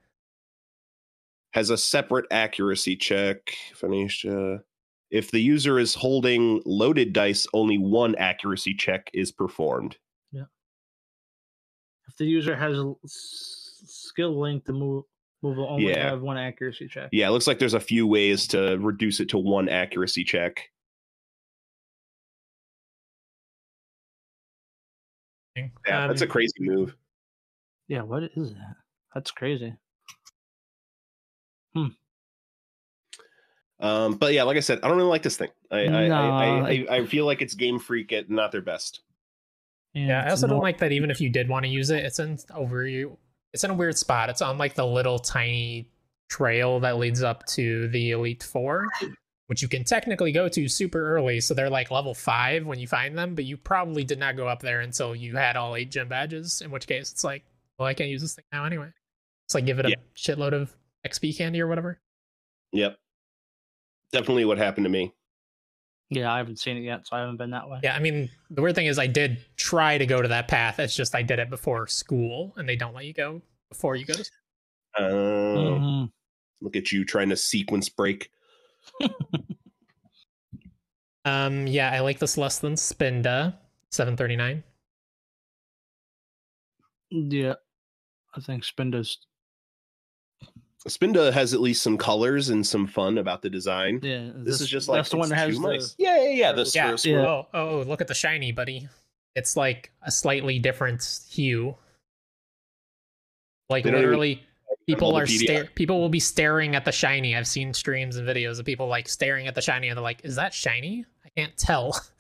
S2: has a separate accuracy check. Phoenicia. If the user is holding loaded dice, only one accuracy check is performed.
S4: If the user has a s- skill link, the move move will only
S2: Yeah.
S4: have one accuracy check.
S2: Yeah, it looks like there's a few ways to reduce it to one accuracy check. Yeah, that's a
S3: Um,
S2: crazy move.
S4: Yeah, what is that? That's crazy.
S2: Um, but yeah, like I said, I don't really like this thing. I I,
S4: Nah.
S2: I, I, I feel like it's Game Freak at not their best.
S4: And
S3: Yeah, I
S4: it's
S3: also don't
S4: annoying.
S3: like that. Even if you did want to use it, it's in over you. It's in a weird spot. It's on like the little tiny trail that leads up to the Elite Four, which you can technically go to super early. So they're like level five when you find them, but you probably did not go up there until you had all eight gym badges. In which case, it's like, well, I can't use this thing now anyway. It's like give it a
S2: Yeah.
S3: shitload of XP candy or whatever.
S2: Yep. Definitely what happened to me.
S4: Yeah, I haven't seen it yet, so I haven't been that way.
S3: Yeah, I mean, the weird thing is, I did try to go to that path. It's just I did it before school, and they don't let you go before you go to school.
S2: Uh,
S4: Mhm.
S2: Look at you trying to sequence break.
S3: Um, yeah, I like this less than Spinda, seven thirty nine.
S4: Yeah, I think Spindo's.
S2: Spinda has at least some colors and some fun about the design.
S4: Yeah,
S2: This, is just like
S4: that's the one that
S2: it's
S4: has
S2: too
S4: the.
S2: nice. Yeah, yeah, yeah. The
S3: Yeah.
S2: square, square.
S4: Yeah.
S3: Oh, oh, look at the shiny, buddy. It's like a slightly different hue. Like
S2: They don't even-
S3: literally, people are
S2: Wikipedia.
S3: stare. People will be staring at the shiny. I've seen streams and videos of people like staring at the shiny, and they're like, "Is that shiny? I can't tell."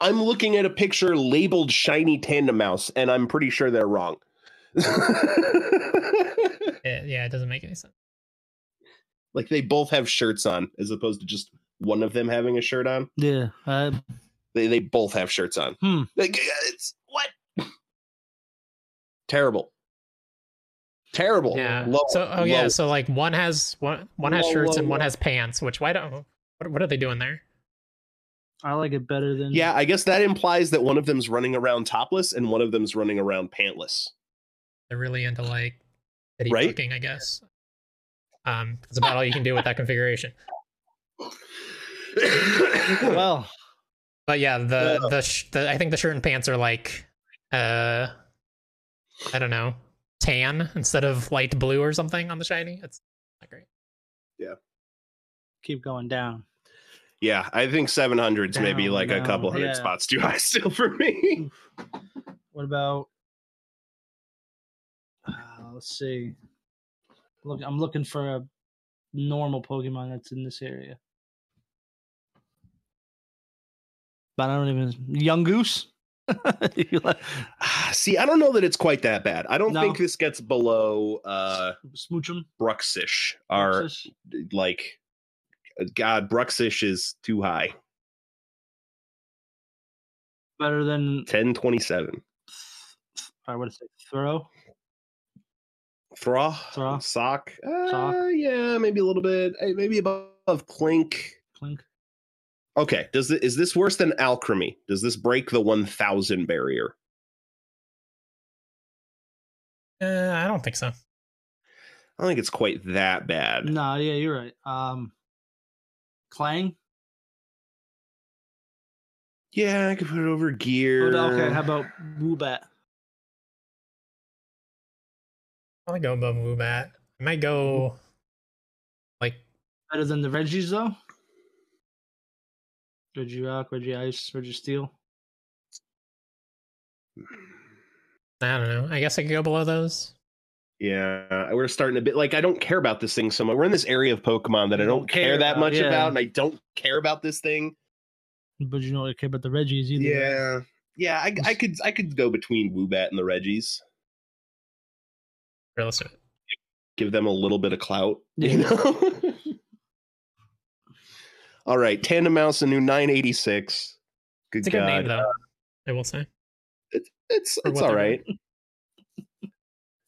S2: I'm looking at a picture labeled shiny tandem mouse, and I'm pretty sure they're wrong.
S3: It- yeah, it doesn't make any sense.
S2: like they both have shirts on, as opposed to just one of them having a shirt on.
S4: Yeah, uh,
S2: They they both have shirts on.
S4: Hmm.
S2: Like, it's what? Terrible. Terrible.
S3: Yeah.
S2: Low,
S3: so oh yeah,
S2: low.
S3: so like one has one one has
S2: Low,
S3: shirts
S2: low,
S3: and one
S2: low.
S3: has pants. Which why don't what, what are they doing there?
S4: I like it better than.
S2: Yeah, I guess that implies that one of them's running around topless and one of them's running around pantless.
S3: They're really into like city
S2: Right?
S3: cooking, I guess. Um, that's about all you can do with that configuration.
S4: Well,
S3: But yeah, the
S2: Yeah.
S3: the, sh- the I think the shirt and pants are like uh I don't know, tan instead of light blue or something on the shiny. It's not great.
S4: keep going down.
S2: yeah, I think 700's maybe
S4: Down,
S2: like a couple
S4: down,
S2: hundred
S4: yeah.
S2: spots too high still for me.
S4: What about? Uh, let's see. Look, I'm looking for a normal Pokemon that's in this area. But I don't even young goose. You like-
S2: Ah, See, I don't know that it's quite that bad. I don't
S4: No.
S2: think this gets below uh
S4: Smoochum.
S2: Bruxish or
S4: Bruxish?
S2: like God, Bruxish is too high.
S4: better than
S2: 1027.
S4: I would say throw.
S2: Thra,
S4: Thra.
S2: sock, uh,
S4: Sock.
S2: yeah, maybe a little bit, eh, maybe above Clink.
S4: Clink.
S2: Okay, does it, is this worse than Alchemy? Does this break the one thousand barrier?
S3: Uh, I don't think so.
S2: I don't think it's quite that bad.
S4: No, yeah, you're right. Um, Clang.
S2: Yeah, I could put it over
S4: Oh,
S2: gear.
S4: no, Okay, how about Woobat?
S3: I'll go above Woobat. I might go like
S4: Better than the Reggies though. Reggie Rock, Reggie Ice, Reggie Steel.
S3: I don't know. I guess I could go below those.
S2: yeah, we're starting a bit like I don't care about this thing so much. We're in this area of Pokemon that I
S4: You
S2: don't,
S4: don't
S2: care,
S4: care
S2: that
S4: about,
S2: much
S4: yeah.
S2: about, and I don't care about this thing.
S4: But you don't care about the Reggies either.
S2: Yeah, yeah, I, I could I could go between Woobat and the Reggies,
S3: Here, let's do it.
S2: give them a little bit of clout. You
S4: Yeah.
S2: know. All right, Tandem Mouse, a new 986. Good
S3: It's a good
S2: God.
S3: name though. I will say.
S2: It's
S3: for
S2: it's
S3: what
S2: all
S3: they're
S2: right.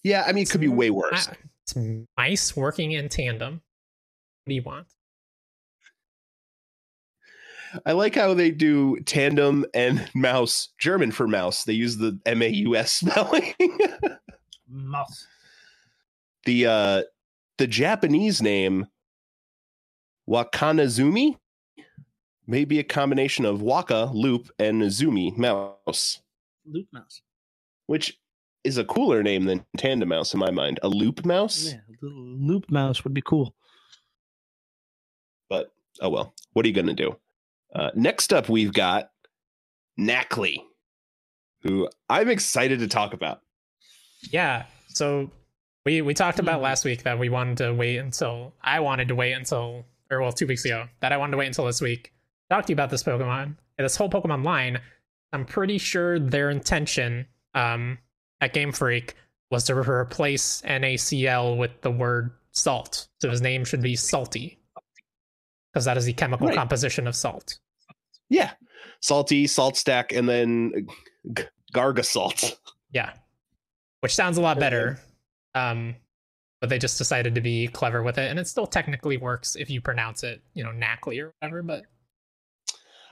S2: Yeah, I mean, it could be way
S3: I,
S2: worse.
S3: it's mice working in tandem. What do you want?
S2: I like how they do tandem and mouse, German for mouse. They use the M A U S spelling.
S4: Mouth.
S2: the uh the Japanese name Wakanazumi may be a combination of waka loop and Zumi mouse,
S4: Loop mouse.
S2: which is a cooler name than tandem mouse in my mind. A loop mouse,
S4: Yeah, little loop mouse would be cool.
S2: but oh well. What are you gonna do? Uh, next up, we've got Knackley, who I'm excited to talk about.
S3: Yeah. So we we talked about last week that we wanted to wait until I wanted to wait until or well two weeks ago that I wanted to wait until this week. Talk to you about this Pokemon, this whole Pokemon line. I'm pretty sure their intention um, at Game Freak was to replace NaCl with the word salt, so his name should be Salty, because that is the chemical
S2: Right.
S3: composition of salt.
S2: Yeah. Salty, salt stack, and then g- Gargasalt.
S3: Yeah. Which sounds a lot
S2: Okay.
S3: better. Um, but they just decided to be clever with it, and it still technically works if you pronounce it, you know, knackly or whatever. But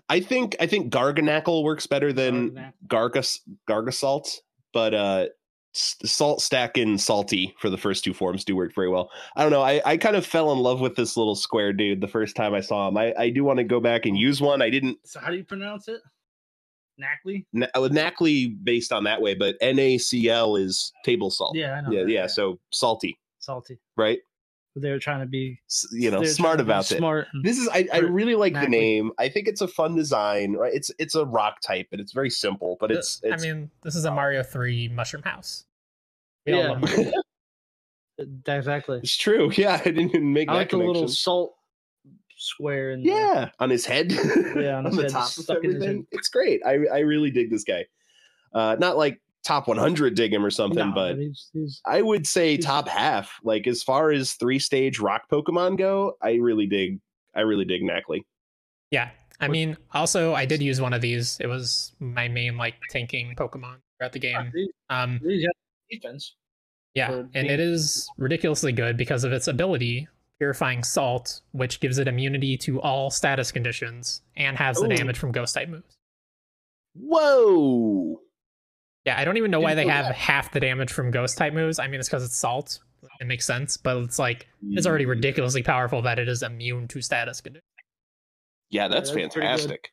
S2: I think I think Garganackle works better
S4: Uh,
S2: than Gargas Gargasalt, but uh s- salt stack and salty for the first two forms do work very well. I don't know. I, I kind of fell in love with this little square dude the first time I saw him. I, I do want to go back and use one. I didn't
S4: So how do you pronounce it? Knackley?
S2: na- with Knackley based on that way, but NaCl is table salt.
S4: Oh, Yeah, I know.
S2: yeah,
S4: that,
S2: yeah. So salty,
S4: salty.
S2: right?
S4: But they were trying to be
S2: S- you know,
S4: they're
S2: smart
S4: trying to be
S2: about it.
S4: Smart. and-
S2: This is I, I
S4: Or
S2: really like the
S4: Knackley.
S2: name. I think it's a fun design. Right? It's it's a rock type, and it's very simple, but it's
S3: uh, I
S2: it's
S3: mean, this is a Mario Three Mushroom House. We all
S4: Yeah.
S3: love Mario.
S4: Exactly.
S2: It's true. Yeah, I didn't even make
S4: I
S2: that
S4: like the
S2: connection.
S4: little salt square in there.
S2: yeah, on his head.
S4: Yeah, on his
S2: the
S4: head,
S2: top of
S4: stuck in his
S2: everything. It's great. I I really dig this guy. Uh, not like top 100 dig him or something,
S4: No,
S2: but
S4: he's- he's-
S2: I would say
S4: he's-
S2: top half. Like as far as three stage rock Pokemon go, I really dig. I really dig Knackley.
S3: Yeah. I mean, also I did use one of these. It was my main like tanking Pokemon throughout the game.
S4: he's-
S3: Um,
S4: he's got defense.
S3: yeah,
S4: for
S3: and
S4: being-
S3: it is ridiculously good because of its ability, Purifying Salt, which gives it immunity to all status conditions and has the
S2: Ooh.
S3: damage from Ghost type moves.
S2: Whoa!
S3: Yeah, I don't even know why they
S2: Didn't know
S3: have half the damage from Ghost type moves. I mean, it's because it's Salt. It makes sense, but it's like it's
S2: Hmm.
S3: already ridiculously powerful that it is immune to status conditions.
S2: Yeah, that's,
S4: that's pretty good.
S2: fantastic.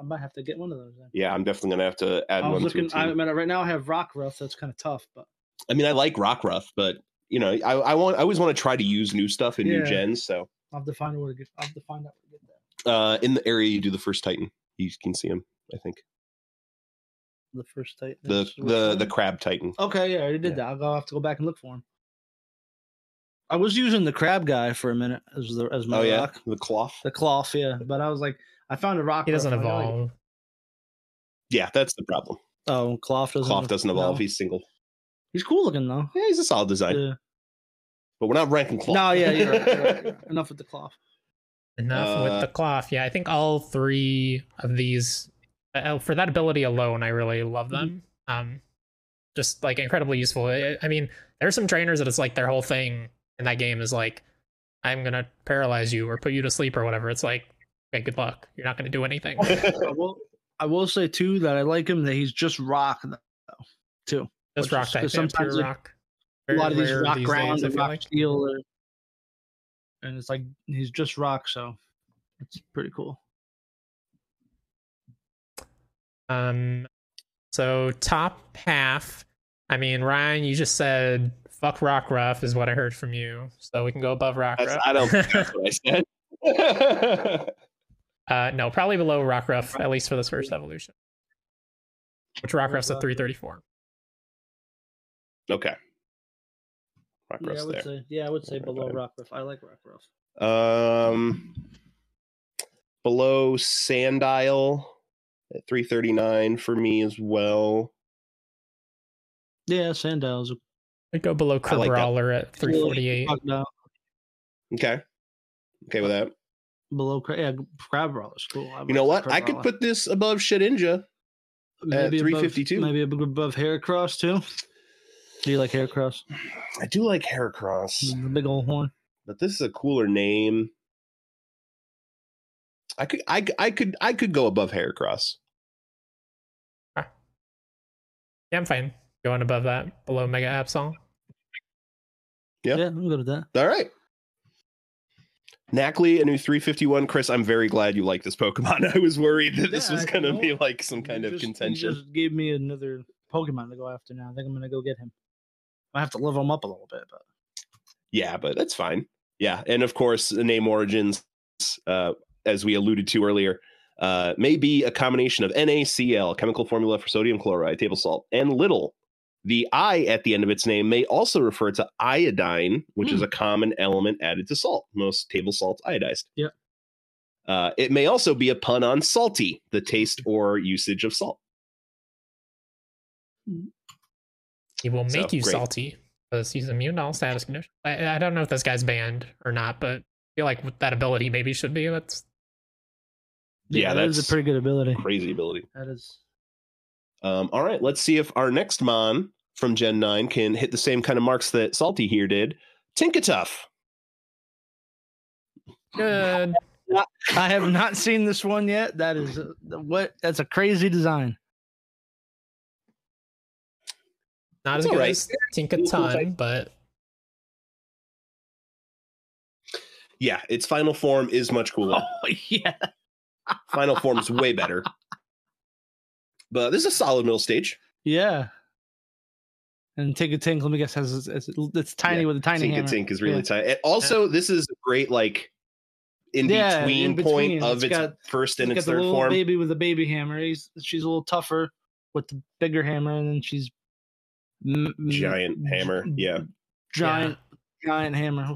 S4: I might have to get one of those. Then.
S2: Yeah, I'm definitely gonna have to add
S4: I
S2: one
S4: was
S2: to. a
S4: looking.
S2: team.
S4: I mean, right now I have rock rough. That's kind of tough, but
S2: I mean, I like Rockruff, but you know, I, I want I always want to try to use new stuff in new
S4: Yeah.
S2: gens. So
S4: I'll have to find where to get. I'll have to find out where to get that.
S2: uh, in the area you do the first Titan, you can see him. I think
S4: The first type.
S2: the the the crab Titan.
S4: Okay, yeah, I already did
S2: Yeah.
S4: that. I'll, go- I'll have to go back and look for him. I was using the crab guy for a minute as the as my
S2: Oh yeah,
S4: rock,
S2: the cloth.
S4: the cloth, yeah. But I was like, I found a rock.
S3: He doesn't
S4: rough, I like-
S3: evolve.
S2: Yeah, that's the problem.
S4: Oh, cloth doesn't.
S2: Cloth doesn't
S4: no.
S2: evolve. He's single.
S4: He's cool looking though.
S2: Yeah, he's a solid design,
S4: Yeah.
S2: but we're not ranking cloth.
S4: No, yeah, you're right, you're right, you're right. Enough with the cloth.
S3: Enough
S2: Uh,
S3: with the cloth. Yeah, I think all three of these, uh, for that ability alone, I really love them.
S2: Mm-hmm.
S3: Um, just like incredibly useful. I, I mean, there's some trainers that it's like their whole thing in that game is like, I'm gonna paralyze you or put you to sleep or whatever. It's like, okay, good luck. You're not gonna do anything.
S4: I will. I will say too that I like him that he's just rock. though.
S3: Just
S4: Which
S3: rock
S4: is-
S3: type.
S4: because
S3: yeah, pure
S4: sometimes, like,
S3: rock.
S4: a
S3: Very
S4: lot of these
S3: rare
S4: rock
S3: days,
S4: grounds
S3: I
S4: and
S3: feel
S4: rock
S3: like.
S4: steel or, and it's like he's just rock so it's pretty cool
S3: Um, so top half. I mean, Ryan, you just said fuck Rock Ruff is what I heard from you, so we can go above Rock
S2: That's-
S3: Ruff.
S2: I don't. Think that's what I said.
S3: uh, no, probably below Rock Ruff at least for this first evolution. Which Rock Ruff's at 334.
S2: okay. Rockruff's
S4: yeah i would
S2: there.
S4: say yeah i would say
S2: Alright,
S4: below
S2: fine.
S4: rock ruff i like rock ruff
S2: Um, below Sandile at 339 for me as well.
S4: yeah sandile's a
S3: I'd go below
S2: I like that.
S3: Crabrawler at 348.
S4: crocodile.
S2: Okay. Okay with that.
S4: below cra- yeah crab roll is cool I
S2: You
S4: like
S2: know what?
S4: crab
S2: I could
S4: roll.
S2: put uh, this above Shedinja.
S4: Maybe above-
S2: 352.
S4: maybe ab- above hair cross too do you like hair cross
S2: I do like Heracross,
S4: the big old horn
S2: but this is a cooler name. I could, I, c- I could, I could go above Heracross.
S3: Yeah, I'm fine. Going above that, below Mega Absol.
S2: Yeah.
S4: yeah i'm good with that
S2: All right. Knackley, a new 351. Chris, I'm very glad you like this Pokemon. I was worried that this
S4: Yeah,
S2: was
S4: I
S2: going to
S4: know.
S2: be like some kind
S4: You
S2: of
S4: just- you
S2: contention.
S4: just gave me another pokemon to go after now i think i'm gonna go get him i have to live him up a little bit but
S2: Yeah, but that's fine. Yeah, and of course, the name origins, uh, as we alluded to earlier, uh, may be a combination of NaCl, chemical formula for sodium chloride, table salt, and little. The I at the end of its name may also refer to iodine, which is a common element added to salt. Most table salts iodized.
S4: Yep.
S2: Uh, it may also be a pun on salty, the taste or usage of salt.
S3: He will
S2: So,
S3: make you
S2: great.
S3: salty because he's immune to all status conditions. I, I don't know if this guy's banned or not, but I feel like with that ability maybe should be. That's
S2: Yeah,
S4: that is
S2: that's
S4: a pretty good ability
S2: Crazy ability.
S4: that is
S2: Um, all right, let's see if our next mon from Gen 9 can hit the same kind of marks that Salty here did. Tinkatuff. Oh,
S3: Good.
S4: I have not seen this one yet. That is uh, what. That's a crazy design.
S3: Not
S2: It's
S3: as good
S2: alright.
S3: as Tinkaton, but
S2: Yeah, its final form is much cooler.
S4: Oh, yeah.
S2: Final form's way better. But this is a solid middle stage.
S4: Yeah. And take a tink. Let me guess. Has it's, it's, it's tiny
S2: Yeah,
S4: with a tiny
S2: Tink and
S4: hammer.
S2: Tink is really
S4: Yeah.
S2: tight. And also, this is a great like in
S4: Yeah, in
S2: between
S4: between.
S2: point of
S4: It's
S2: its
S4: got-
S2: first and
S4: She's
S2: its
S4: got the
S2: third
S4: little
S2: form.
S4: baby with a baby hammer. He's, she's a little tougher with the bigger hammer, and then she's m- m-
S2: Giant
S4: g-
S2: hammer. Yeah.
S4: giant, giant hammer.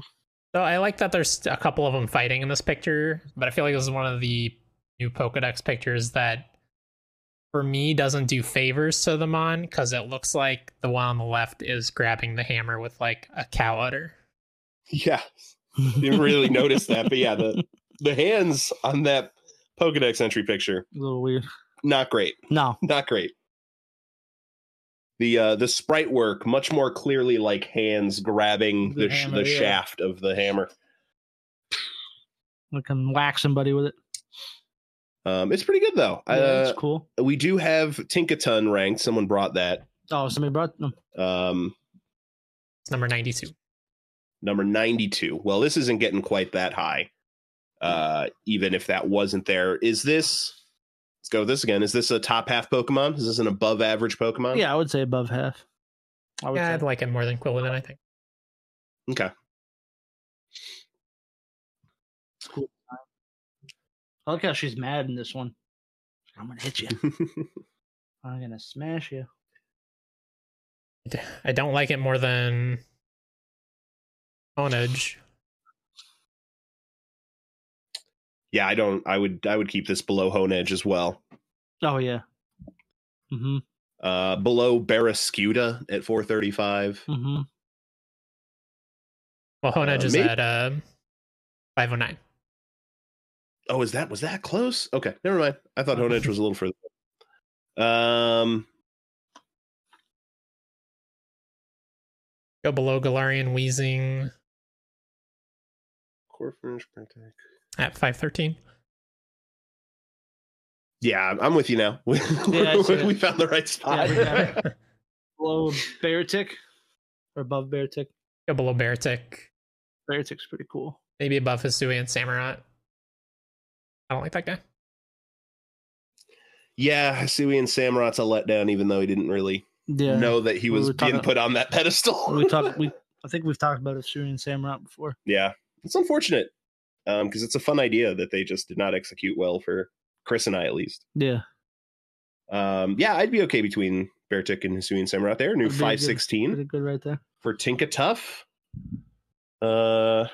S3: So I like that there's a couple of them fighting in this picture, but I feel like this is one of the new Pokedex pictures that, for me, doesn't do favors to the Mon because it looks like the one on the left is grabbing the hammer with like a cow udder.
S2: Yeah. You really noticed that. But yeah, the the hands on that Pokedex entry picture,
S4: A little weird.
S2: not great.
S4: No,
S2: Not great. The uh the sprite work much more clearly like hands grabbing
S4: The
S2: the, sh-
S4: hammer,
S2: the
S4: yeah.
S2: shaft of the hammer.
S4: I can whack somebody with it.
S2: Um, it's pretty good though.
S4: Yeah,
S2: uh,
S4: that's cool.
S2: we do have Tinkaton ranked. Someone brought that.
S4: Oh, somebody brought them.
S2: Um,
S3: It's number 92.
S2: number 92. Well, this isn't getting quite that high. Uh, even if that wasn't there. Is this let's go with this again. Is this a top half Pokemon? Is this an above average Pokemon?
S4: Yeah, I would say above half. I would
S3: Yeah, I'd
S4: say.
S3: like it more than Quilladin, I think.
S2: Okay.
S4: I like how she's mad in this one. I'm gonna hit you. I'm gonna smash you.
S3: I don't like it more than Onage.
S2: yeah, I don't I would I would keep this below Honedge as well.
S4: Oh yeah. Mm-hmm.
S2: Uh below Barrascuda at 435.
S4: Mm-hmm.
S3: Well, Honedge
S2: Uh,
S3: is
S2: maybe-
S3: at uh, 509.
S2: Oh, is that was that close? Okay, never mind. I thought Honedge was a little further. Um
S3: Go below Galarian Wheezing
S2: core finish protect.
S3: at 513.
S2: Yeah, I'm- I'm with you now. we
S4: I see that.
S2: we found the right spot.
S4: Yeah, we got it. Below bear tick or above bear tick.
S3: Go below Beartic.
S4: Bear tick's pretty cool.
S3: maybe above Hisui and Samurott. I don't like that guy.
S2: yeah, Hisui and Samurot's a letdown, even though he didn't really
S4: Yeah.
S2: know that he
S4: We
S2: was
S4: were
S2: being
S4: talking-
S2: put on that pedestal.
S4: we talked. We I think we've talked about Assyrian Samurott before.
S2: yeah, it's unfortunate because it's a fun idea that they just did not execute well for Chris and I, at least.
S4: Yeah.
S2: Um, yeah, I'd be okay between Beartick and Hisui and Samurott there. New
S4: That'd be good.
S2: five sixteen
S4: Pretty good right there.
S2: for Tinka Tough. Uh,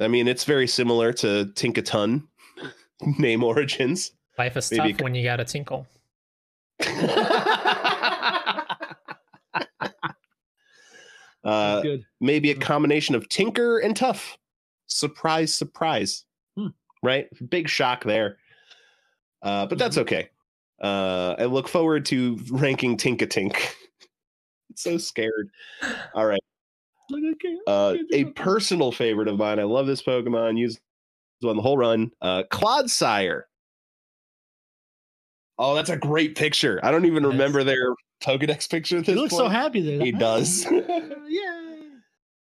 S2: I mean, it's very similar to Tinkaton name origins.
S3: Life is
S2: Maybe-
S3: tough when you got a tinkle.
S2: uh,
S4: good.
S2: maybe a combination of tinker and tough. Surprise, surprise.
S4: Hmm.
S2: Right? Big shock there. Uh, but that's
S4: Mm-hmm.
S2: okay. Uh, I look forward to ranking Tinkatink. so scared. All right.
S4: Look at Kale.
S2: Uh, a personal favorite of mine. I love this Pokemon. Used it on the whole run. Uh, Clodsire. Oh, that's a great picture. I don't even
S3: Yes.
S2: remember their Pokedex picture. At
S4: He
S2: this
S4: looks so
S2: point.
S4: happy there.
S2: He does.
S4: yeah.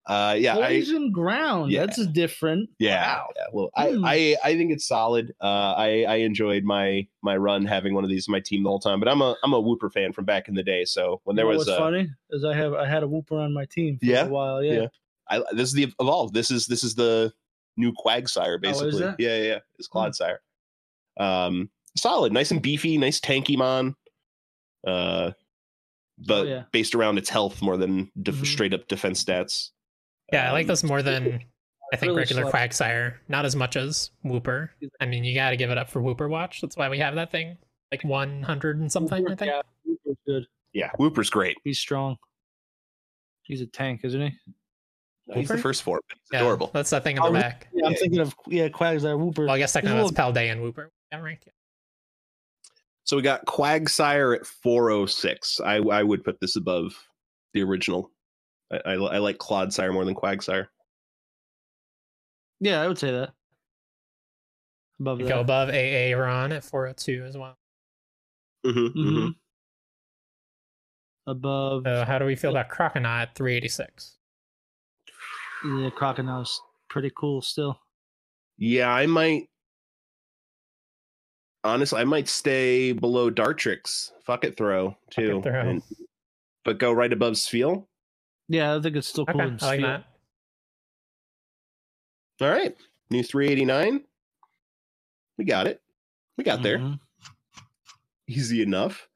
S2: Uh, yeah, I,
S4: Poison ground.
S2: Yeah.
S4: That's different.
S2: yeah,
S4: Wow.
S2: yeah. Well,
S4: Hmm.
S2: I, I I think it's solid. Uh, I I enjoyed my my run having one of these on my team the whole time. But I'm a I'm a Whooper fan from back in the day. So when there
S4: You know
S2: was
S4: what's
S2: a,
S4: funny is I have I had a whooper on my team for
S2: Yeah?
S4: a while.
S2: Yeah.
S4: Yeah.
S2: I, this is the evolved. This is this is the new Quagsire
S4: Oh, is
S2: basically.
S4: it? Hmm.
S2: yeah, yeah, yeah. It's Clodsire. Um, solid, nice and beefy, nice tanky mon. Uh, but
S4: Oh, yeah.
S2: based around its health more than def-
S4: Mhm.
S2: straight up defense stats.
S3: Yeah, I like
S2: Um,
S3: this more than I think
S4: Really
S3: regular
S4: slight.
S3: Quagsire. Not as much as Whooper. I mean, you got to give it up for Whooper Watch. That's why we have that thing, like 100 and something. I think.
S4: Yeah, Whooper's good.
S2: Yeah, Whooper's great.
S4: He's strong. He's a tank, isn't he?
S2: He's the
S3: Whooper?
S2: first form. It's
S3: Yeah,
S2: adorable.
S3: That's that thing in the
S4: Oh, really?
S3: back.
S4: Yeah, I'm
S2: Yeah.
S4: thinking of yeah, Quagsire Whooper.
S3: Well, I guess
S4: He's a
S3: technically that's Paldean Whooper. We haven't ranked yet.
S2: So we got Quagsire at 406. I, I would put this above the original. I, I, li- I like Clodsire more than Quagsire.
S4: Yeah, I would say that. Above
S3: You go above AA Ron at 402 as well.
S2: Mm-hmm,
S4: Mhm. Above
S3: So how do we feel about Croconaw at 386?
S4: the crocodile's pretty cool still.
S2: Yeah, I might. Honestly, I might stay below Dartrix. Fuck it, throw too.
S3: Throw.
S2: but go right above Sveal.
S4: Yeah, I think it's still
S3: Okay,
S4: cool.
S3: I
S4: and
S3: like
S4: sweet.
S3: that.
S2: All right, new 389. We got it. We got there.
S4: Mhm.
S2: easy enough.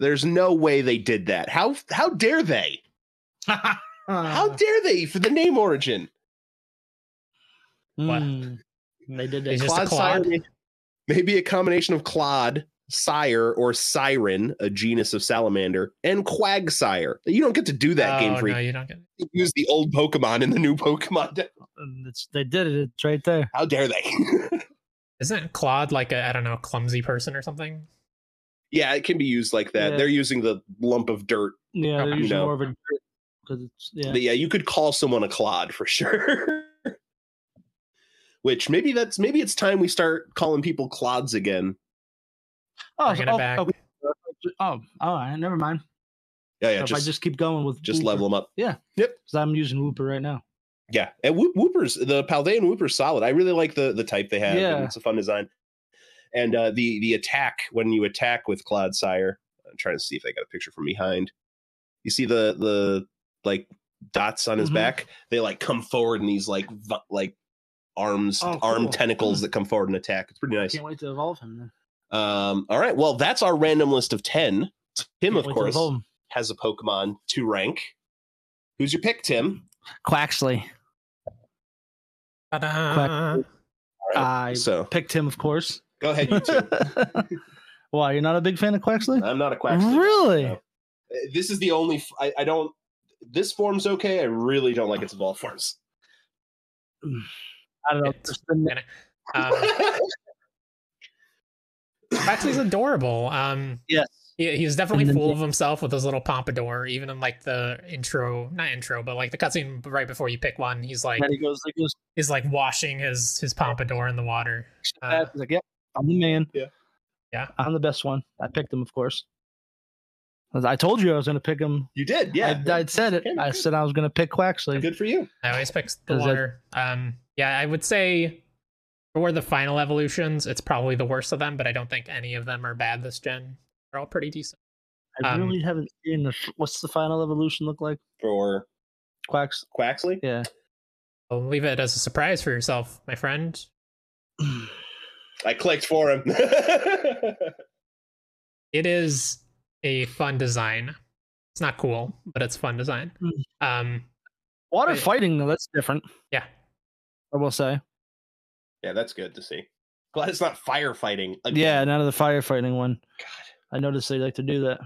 S2: There's no way they did that. How how dare they? How
S4: Ah,
S2: dare they for the name origin?
S3: What?
S4: mm. They did
S3: He's
S4: that.
S3: just a
S2: Sire
S3: clod?
S2: may- maybe a combination of clod, sire, or siren, a genus of salamander, and quagsire. You don't get to do that game
S3: Oh,
S2: freak.
S3: No, you don't get it.
S2: You use the old Pokemon and the new Pokemon. deck.
S4: And it's- they did it. It's right there.
S2: How dare they?
S3: Isn't Claude like a I don't know clumsy person or something?
S2: yeah, it can be used like that.
S4: Yeah.
S2: They're using the lump of dirt.
S4: Yeah,
S3: You
S4: they're using
S2: know.
S4: more of a because it's yeah.
S2: But yeah, you could call someone a clod for sure. Which maybe that's maybe it's time we start calling people clods again.
S4: oh,
S3: Bringing
S4: oh,
S3: it back.
S4: oh, oh, all right. Never mind.
S2: Yeah, yeah,
S4: if I
S2: just just,
S4: just keep going with Wooper,
S2: level them up.
S4: because I'm using Whooper right now.
S2: Yeah, and Whoop, Whoopers, the Paldean Whooper's solid. I really like the the type they have. and
S4: Yeah.
S2: it's a fun design. And uh, the the attack when you attack with Cloud Sire, I'm trying to see if I got a picture from behind. You see the the like dots on his
S4: Mhm.
S2: back. They like come forward in these like v- like arms
S4: Oh,
S2: arm
S4: cool.
S2: tentacles that come forward and attack. It's pretty nice.
S4: Can't wait to evolve him. Then.
S2: Um, all right. Well, that's our random list of 10. Tim,
S4: Can't
S2: of
S4: wait to
S2: course,
S4: evolve him.
S2: has a Pokemon to rank. Who's your pick, Tim?
S4: Quaxley.
S3: Ta-da.
S4: I
S2: So
S4: picked him, of course.
S2: go ahead, you two.
S4: Why you're not a big fan of Quaxley?
S2: I'm not a quack.
S4: Really?
S2: Uh, No. Uh, This is the only. f- I, I don't. This form's okay. I really don't like its evolved forms.
S4: I don't know.
S3: It's-
S4: Just the-
S3: Um, Quaxley's adorable. Um,
S4: Yes.
S3: he, he's definitely
S4: And then-
S3: full of himself with his little pompadour. Even in like the intro, not intro, but like the cutscene right before you pick one, he's like
S4: And he goes, he goes
S3: he's like washing his his pompadour in the water. Uh,
S4: He's like, yep, I'm the man.
S2: Yeah.
S3: Yeah.
S4: I'm the best one. I picked him, of course. 'Cause I told you I was going to pick him.
S2: you did, yeah.
S4: I, I said it.
S2: Yeah,
S4: I
S2: good.
S4: said I was going to pick Quaxley.
S2: Good for you.
S3: I always pick the
S4: Does that-
S3: water. Um, yeah, I would say for the final evolutions, it's probably the worst of them, but I don't think any of them are bad this gen. They're all pretty decent.
S4: I
S3: um,
S4: really haven't seen the. What's the final evolution look like?
S2: For
S4: Quacks.
S2: Quaxley?
S4: Yeah.
S3: I'll leave it as a surprise for yourself, my friend.
S2: I clicked for him.
S3: It is a fun design. It's not cool, but it's fun design.
S4: Mm.
S3: Um,
S4: Water
S3: Wait.
S4: fighting, though, that's different.
S3: Yeah.
S4: I will say.
S2: yeah, that's good to see. Glad it's not firefighting.
S4: Yeah, none of the firefighting one. I noticed they like to do that.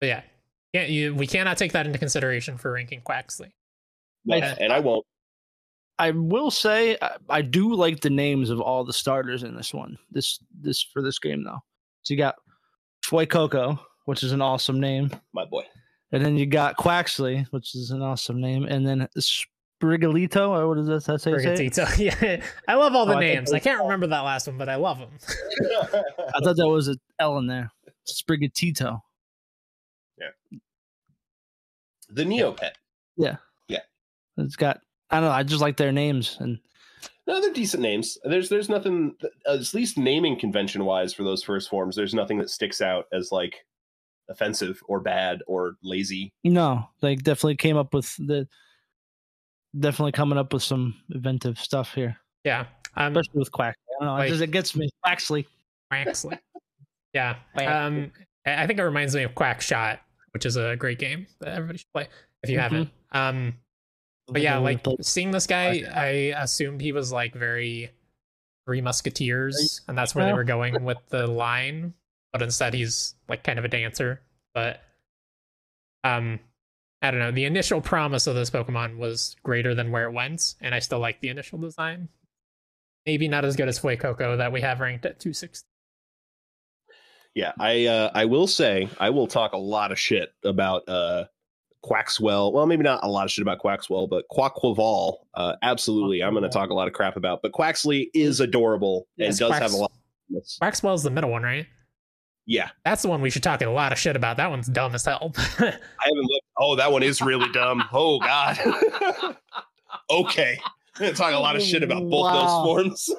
S3: but yeah, can't you, we cannot take that into consideration for ranking Quaxley.
S2: No,
S3: I-
S2: and I won't.
S4: I will say I, I do like the names of all the starters in this one. This this for this game though. So you got Foy Coco, which is an awesome name,
S2: My boy.
S4: and then you got Quaxley, which is an awesome name, and then Sprigolito. Or what is that? That's how you say it?
S3: Brigatito. Yeah, I love all the
S4: Oh, I think
S3: names. I can't remember that last one, but I love them.
S4: I thought that was an L in there. Sprigatito.
S2: the Neopet.
S4: It's got I don't know. I just like their names, and
S2: No, they're decent names. There's there's nothing at least naming convention wise for those first forms. There's nothing that sticks out as like offensive or bad or lazy.
S4: no, like definitely came up with the definitely coming up with some inventive stuff here,
S3: Yeah. Um,
S4: especially with Quack. I don't know.
S3: Like-
S4: it just it gets me. Quaxley.
S3: Quaxley. yeah.
S4: Quack.
S3: Um, I I think it reminds me of Quack Shot, which is a great game that everybody should play if you
S4: Mhm.
S3: haven't. Um, but
S4: Like,
S3: yeah,
S4: I wanna
S3: like
S4: play-
S3: seeing this guy, I assumed he was like very Three Musketeers, and that's where they
S4: Well.
S3: were going with the line. But instead, he's like kind of a dancer. But um, I don't know. The initial promise of this Pokemon was greater than where it went, and I still like the initial design. maybe not as good as Fuecoco that we have ranked at 260.
S2: Yeah, I uh, I will say I will talk a lot of shit about uh, Quackswell. Well, maybe not a lot of shit about Quackswell, but Quackwaval. Uh, absolutely, I'm going to talk a lot of crap about. But Quaxley is adorable and
S3: Yes,
S2: does
S3: Quacks-
S2: have a lot. Of
S3: Waxwell's the middle one, right?
S2: yeah,
S3: That's the one we should talk a lot of shit about. That one's dumb as hell.
S2: I haven't looked. Oh, that one is really dumb. Oh God. okay, I'm going to talk a lot of shit about both
S4: Wow.
S2: those forms.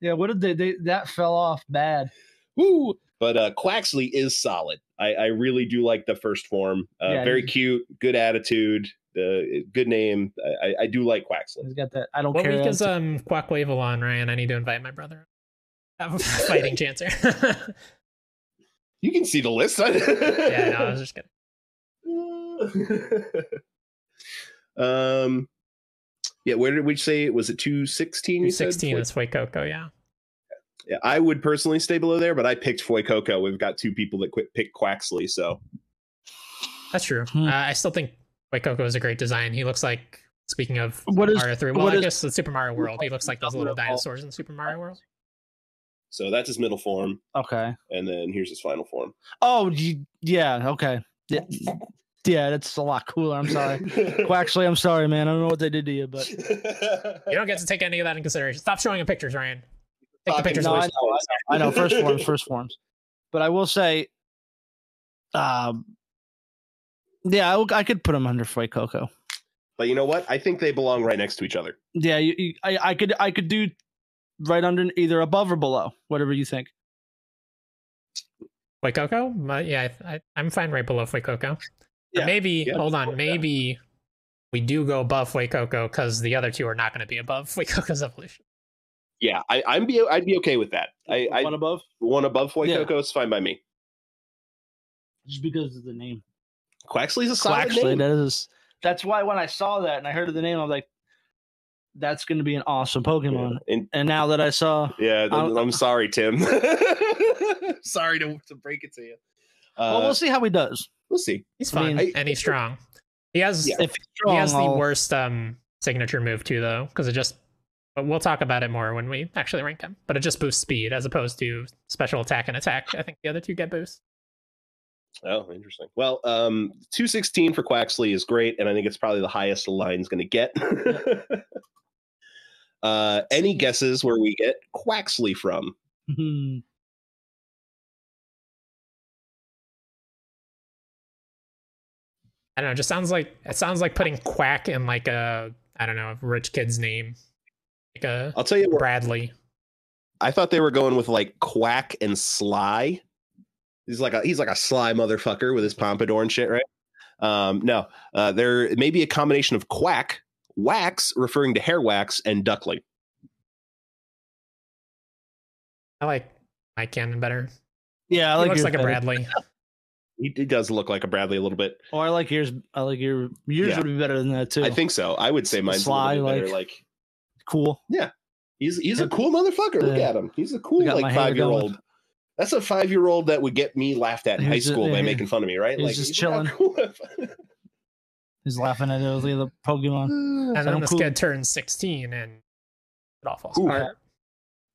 S4: Yeah, what did they, they that fell off bad?
S2: Woo! But uh, Quaxley is solid. I, I really do like the first form. Uh,
S4: Yeah,
S2: very
S4: he's-
S2: cute, good attitude, uh, good name. I, I- I do like Quaxley.
S4: He's got that. I don't
S3: what
S4: care.
S3: week is um Quack Wavel on, Ryan? I need to invite my brother. Have a fighting chance here.
S2: You can see the list.
S3: yeah, no, I was just kidding.
S2: um, yeah. Where did we say it was? It two sixteen.
S3: 216 is Fuecoco, yeah.
S2: Yeah, I would personally stay below there, but I picked Foy Coco. We've got two people that quit pick Quaxley, so
S3: That's true.
S4: Hmm.
S3: Uh, I still think Fuecoco is a great design. He looks like, speaking of
S4: What is-
S3: Mario 3, well,
S4: what
S3: I
S4: is-
S3: guess the Super Mario World, he looks like those little dinosaurs in Super Mario World.
S2: so that's his middle form,
S4: okay.
S2: and then here's his final form.
S4: Oh, you, yeah. Okay. Yeah. yeah, that's a lot cooler. I'm sorry. well, actually, I'm sorry, man. I don't know what they did to you, but
S3: You don't get to take any of that in consideration. Stop showing him pictures, Ryan. Take the
S2: Fucking
S3: pictures
S4: no,
S3: away.
S4: I know, I know first forms, first forms. But I will say, um, yeah, I, will- I could put them under Foy Coco.
S2: But you know what? I think they belong right next to each other.
S4: Yeah, you, you, I, I could, I could do right under either above or below, whatever you think.
S3: Fuecoco? My, yeah, I, I, I'm fine right below Fuecoco.
S4: Yeah.
S3: Or maybe,
S2: Yeah,
S3: hold
S2: below
S3: on,
S2: that.
S3: maybe we do go above Fuecoco because the other two are not going to be above Fuecoco's evolution.
S2: Yeah, I, I'm be I'd be okay with that. I, I
S4: one above,
S2: one above Foy
S4: Yeah.
S2: Coco is fine by me.
S4: just because of the name.
S2: Quaxley's a solid
S4: Actually,
S2: name.
S4: that is. That's why when I saw that and I heard of the name, I was like, "That's going to be an awesome Pokemon."
S2: Yeah, and
S4: And now that I saw,
S2: yeah,
S4: I
S2: I'm,
S4: don't-
S2: I'm sorry, Tim. sorry to, to break it to you. Uh,
S4: well, we'll see how he does.
S2: we'll see.
S3: He's
S4: I
S3: fine,
S2: mean-
S3: and he's strong. He has
S2: Yeah.
S4: If he's
S3: he
S4: strong,
S3: has the
S4: I'll-
S3: worst um, signature move too, though, because it just. But we'll talk about it more when we actually rank him. But it just boosts speed as opposed to special attack and attack. I think the other two get boosts.
S2: Oh, interesting. Well, um, 216 for Quaxley is great, and I think it's probably the highest the line's going to get. uh, any guesses where we get Quaxley from?
S4: Hmm.
S3: I don't know. It just sounds like it sounds like putting quack in like a I don't know a rich kid's name, like a
S2: I'll tell you where
S3: Bradley.
S2: I thought they were going with like Quack and Sly. He's like a he's like a sly motherfucker with his pompadour and shit, right? Um, no, uh, there may be a combination of Quack, Wax, referring to hair wax, and Duckling.
S3: I like Mike Cannon better.
S4: yeah, I
S3: He
S4: like
S3: looks
S4: yours
S3: like a
S4: better.
S3: Bradley.
S2: He, he does look like a Bradley a little bit.
S4: Oh, I like yours. I like your yours
S2: Yeah.
S4: would be better than that too.
S2: I think so. I would say mine's
S4: Sly,
S2: a little bit better.
S4: like-
S2: Like
S4: cool.
S2: he's he's a cool motherfucker. Look
S4: Yeah.
S2: at him. He's a cool
S4: I got my
S2: like
S4: hair
S2: five year old. That's a five year old that would get me laughed at in high
S4: He's a-
S2: school by
S4: yeah,
S2: making fun of me, right?
S4: he's
S2: like
S4: just
S2: look how
S4: chilling.
S2: cool-
S4: He's laughing at those other Pokemon.
S3: And
S4: I'm
S3: then this
S4: cool.
S3: kid turns sixteen and it all falls
S2: Ooh.
S3: apart.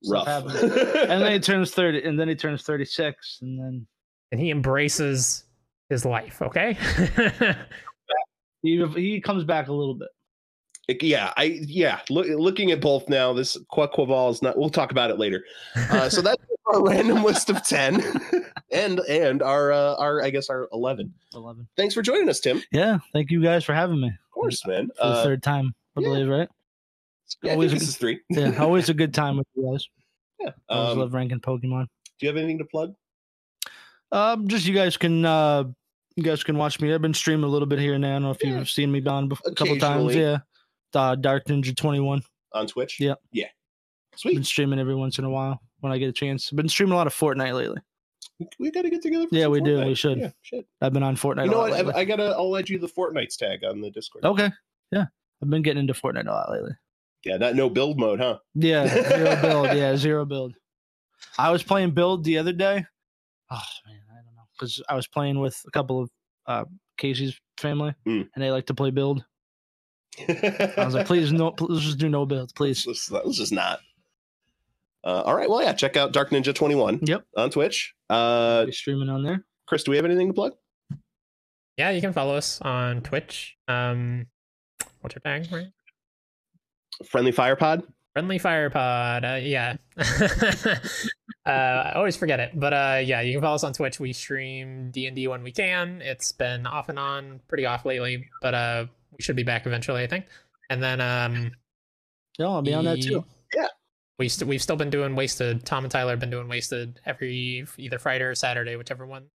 S4: Stuff
S2: Rough.
S4: happens. And then he turns thirty, and then he turns thirty-six, and then
S3: And he embraces his life. Okay.
S4: he he comes back a little bit.
S2: Like, yeah, I yeah. Look, looking at both now, this Quaquaval is not. We'll talk about it later. Uh, so that's our random list of ten, and and our uh, our I guess our eleven.
S4: Eleven.
S2: Thanks for joining us, Tim. Of
S4: Yeah. Thank you guys for having me
S2: course, man.
S4: for the
S2: Uh,
S4: third time. I
S2: yeah.
S4: believe right.
S2: yeah, I think
S4: always-
S2: this is three.
S4: Yeah, always a good time with you guys.
S2: Yeah.
S4: I always
S2: Um,
S4: love ranking Pokemon.
S2: do you have anything to plug?
S4: Um, just you guys can uh, you guys can watch me. I've been streaming a little bit here and there. I don't know if
S2: Yeah.
S4: you've seen me on a couple times.
S2: Occasionally.
S4: Yeah, uh, Dark Ninja Twenty One.
S2: on Twitch?
S4: Yeah.
S2: Yeah.
S4: Been
S2: Sweet.
S4: streaming every once in a while when I get a chance. Been streaming a lot of Fortnite lately.
S2: We, we got to get together. for
S4: Yeah,
S2: some
S4: we do, we
S2: Fortnite.
S4: should.
S2: Yeah, shit.
S4: I've been on Oh. Fortnite.
S2: You
S4: a
S2: know
S4: lot
S2: what?
S4: lately.
S2: I, I gotta. I'll add you the Fortnite's tag on the Discord.
S4: okay, yeah, I've been getting into Fortnite a lot lately.
S2: Yeah, not no build mode, huh?
S4: Yeah, zero build. Yeah, zero build. I was playing build the other day. Oh man, I don't know because I was playing with a couple of uh, Casey's family,
S2: Mm.
S4: and they like to play build. I was like, please no, pl- let's just do no builds, please.
S2: let's, let's just not. Uh, all right. Well, yeah. Check out Dark Ninja Twenty One.
S4: Yep.
S2: On Twitch. Uh,
S4: Be streaming on there.
S2: Chris, do we have anything to plug?
S3: Yeah, you can follow us on Twitch. Um, what's your tag? Right?
S2: Friendly Fire Pod.
S3: Friendly Fire Pod. Uh, yeah. uh, I always forget it, but uh, yeah, you can follow us on Twitch. We stream D and D when we can. It's been off and on, pretty off lately, but uh, we should be back eventually, I think. And then um,
S4: Yeah, I'll be on that too.
S2: E Yeah.
S3: We st- we've still been doing wasted. Tom and Tyler have been doing wasted every either Friday or Saturday, whichever one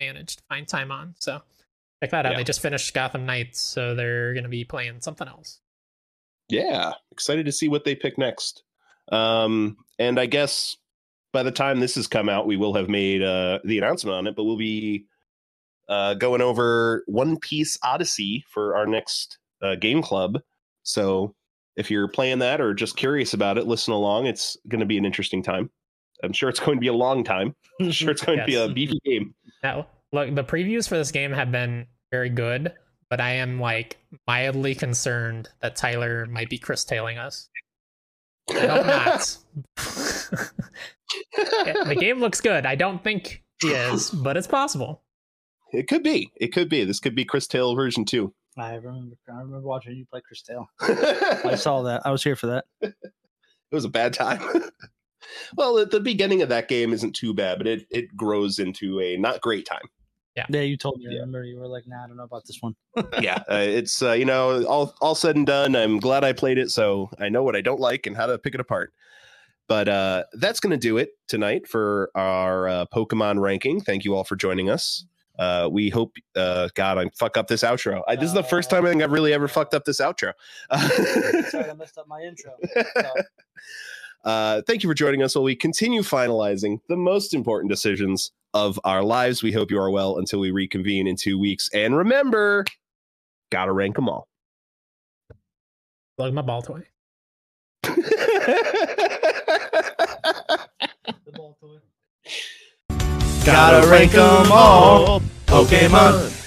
S3: managed to find time on. So check that out.
S2: Yeah.
S3: They just finished Gotham Knights, so they're gonna be playing something else.
S2: Yeah, excited to see what they pick next. Um, and I guess by the time this has come out, we will have made uh, the announcement on it, but we'll be uh, going over One Piece Odyssey for our next uh, game club. So if you're playing that or just curious about it, listen along. It's going to be an interesting time. I'm sure it's going to be a long time. I'm sure it's going to
S3: Yes.
S2: be a beefy game.
S3: Now, look, the previews for this game have been very good, but I am like mildly concerned that Tyler might be Chris tailing us. I hope not. Yeah, the game looks good. I don't think he is, but it's possible.
S2: It could be. It could be. This could be Chris Tail version two.
S4: I remember. I remember watching you play Christelle. I
S2: it
S4: saw that. I was here for that.
S2: was a bad time. well, at the beginning of that game isn't too bad, but it, it grows into a not great time.
S4: Yeah, you told me. I
S2: Yeah.
S4: remember you were like, "Nah, I don't know about this one."
S2: yeah, uh, it's uh, you know all all said and done. I'm glad I played it, so I know what I don't like and how to pick it apart. But uh, that's going to do it tonight for our uh, Pokemon ranking. Thank you all for joining us. Uh, we hope, uh, God, I fuck up this outro. I, this is the first time I think I've really ever fucked up this outro.
S4: Sorry, I messed up my intro.
S2: Uh, thank you for joining us while we continue finalizing the most important decisions of our lives. We hope you are well until we reconvene in two weeks. And remember, gotta rank them all.
S3: Plug my ball toy.
S4: Oh,
S1: Gotta rank 'em all. Pokemon.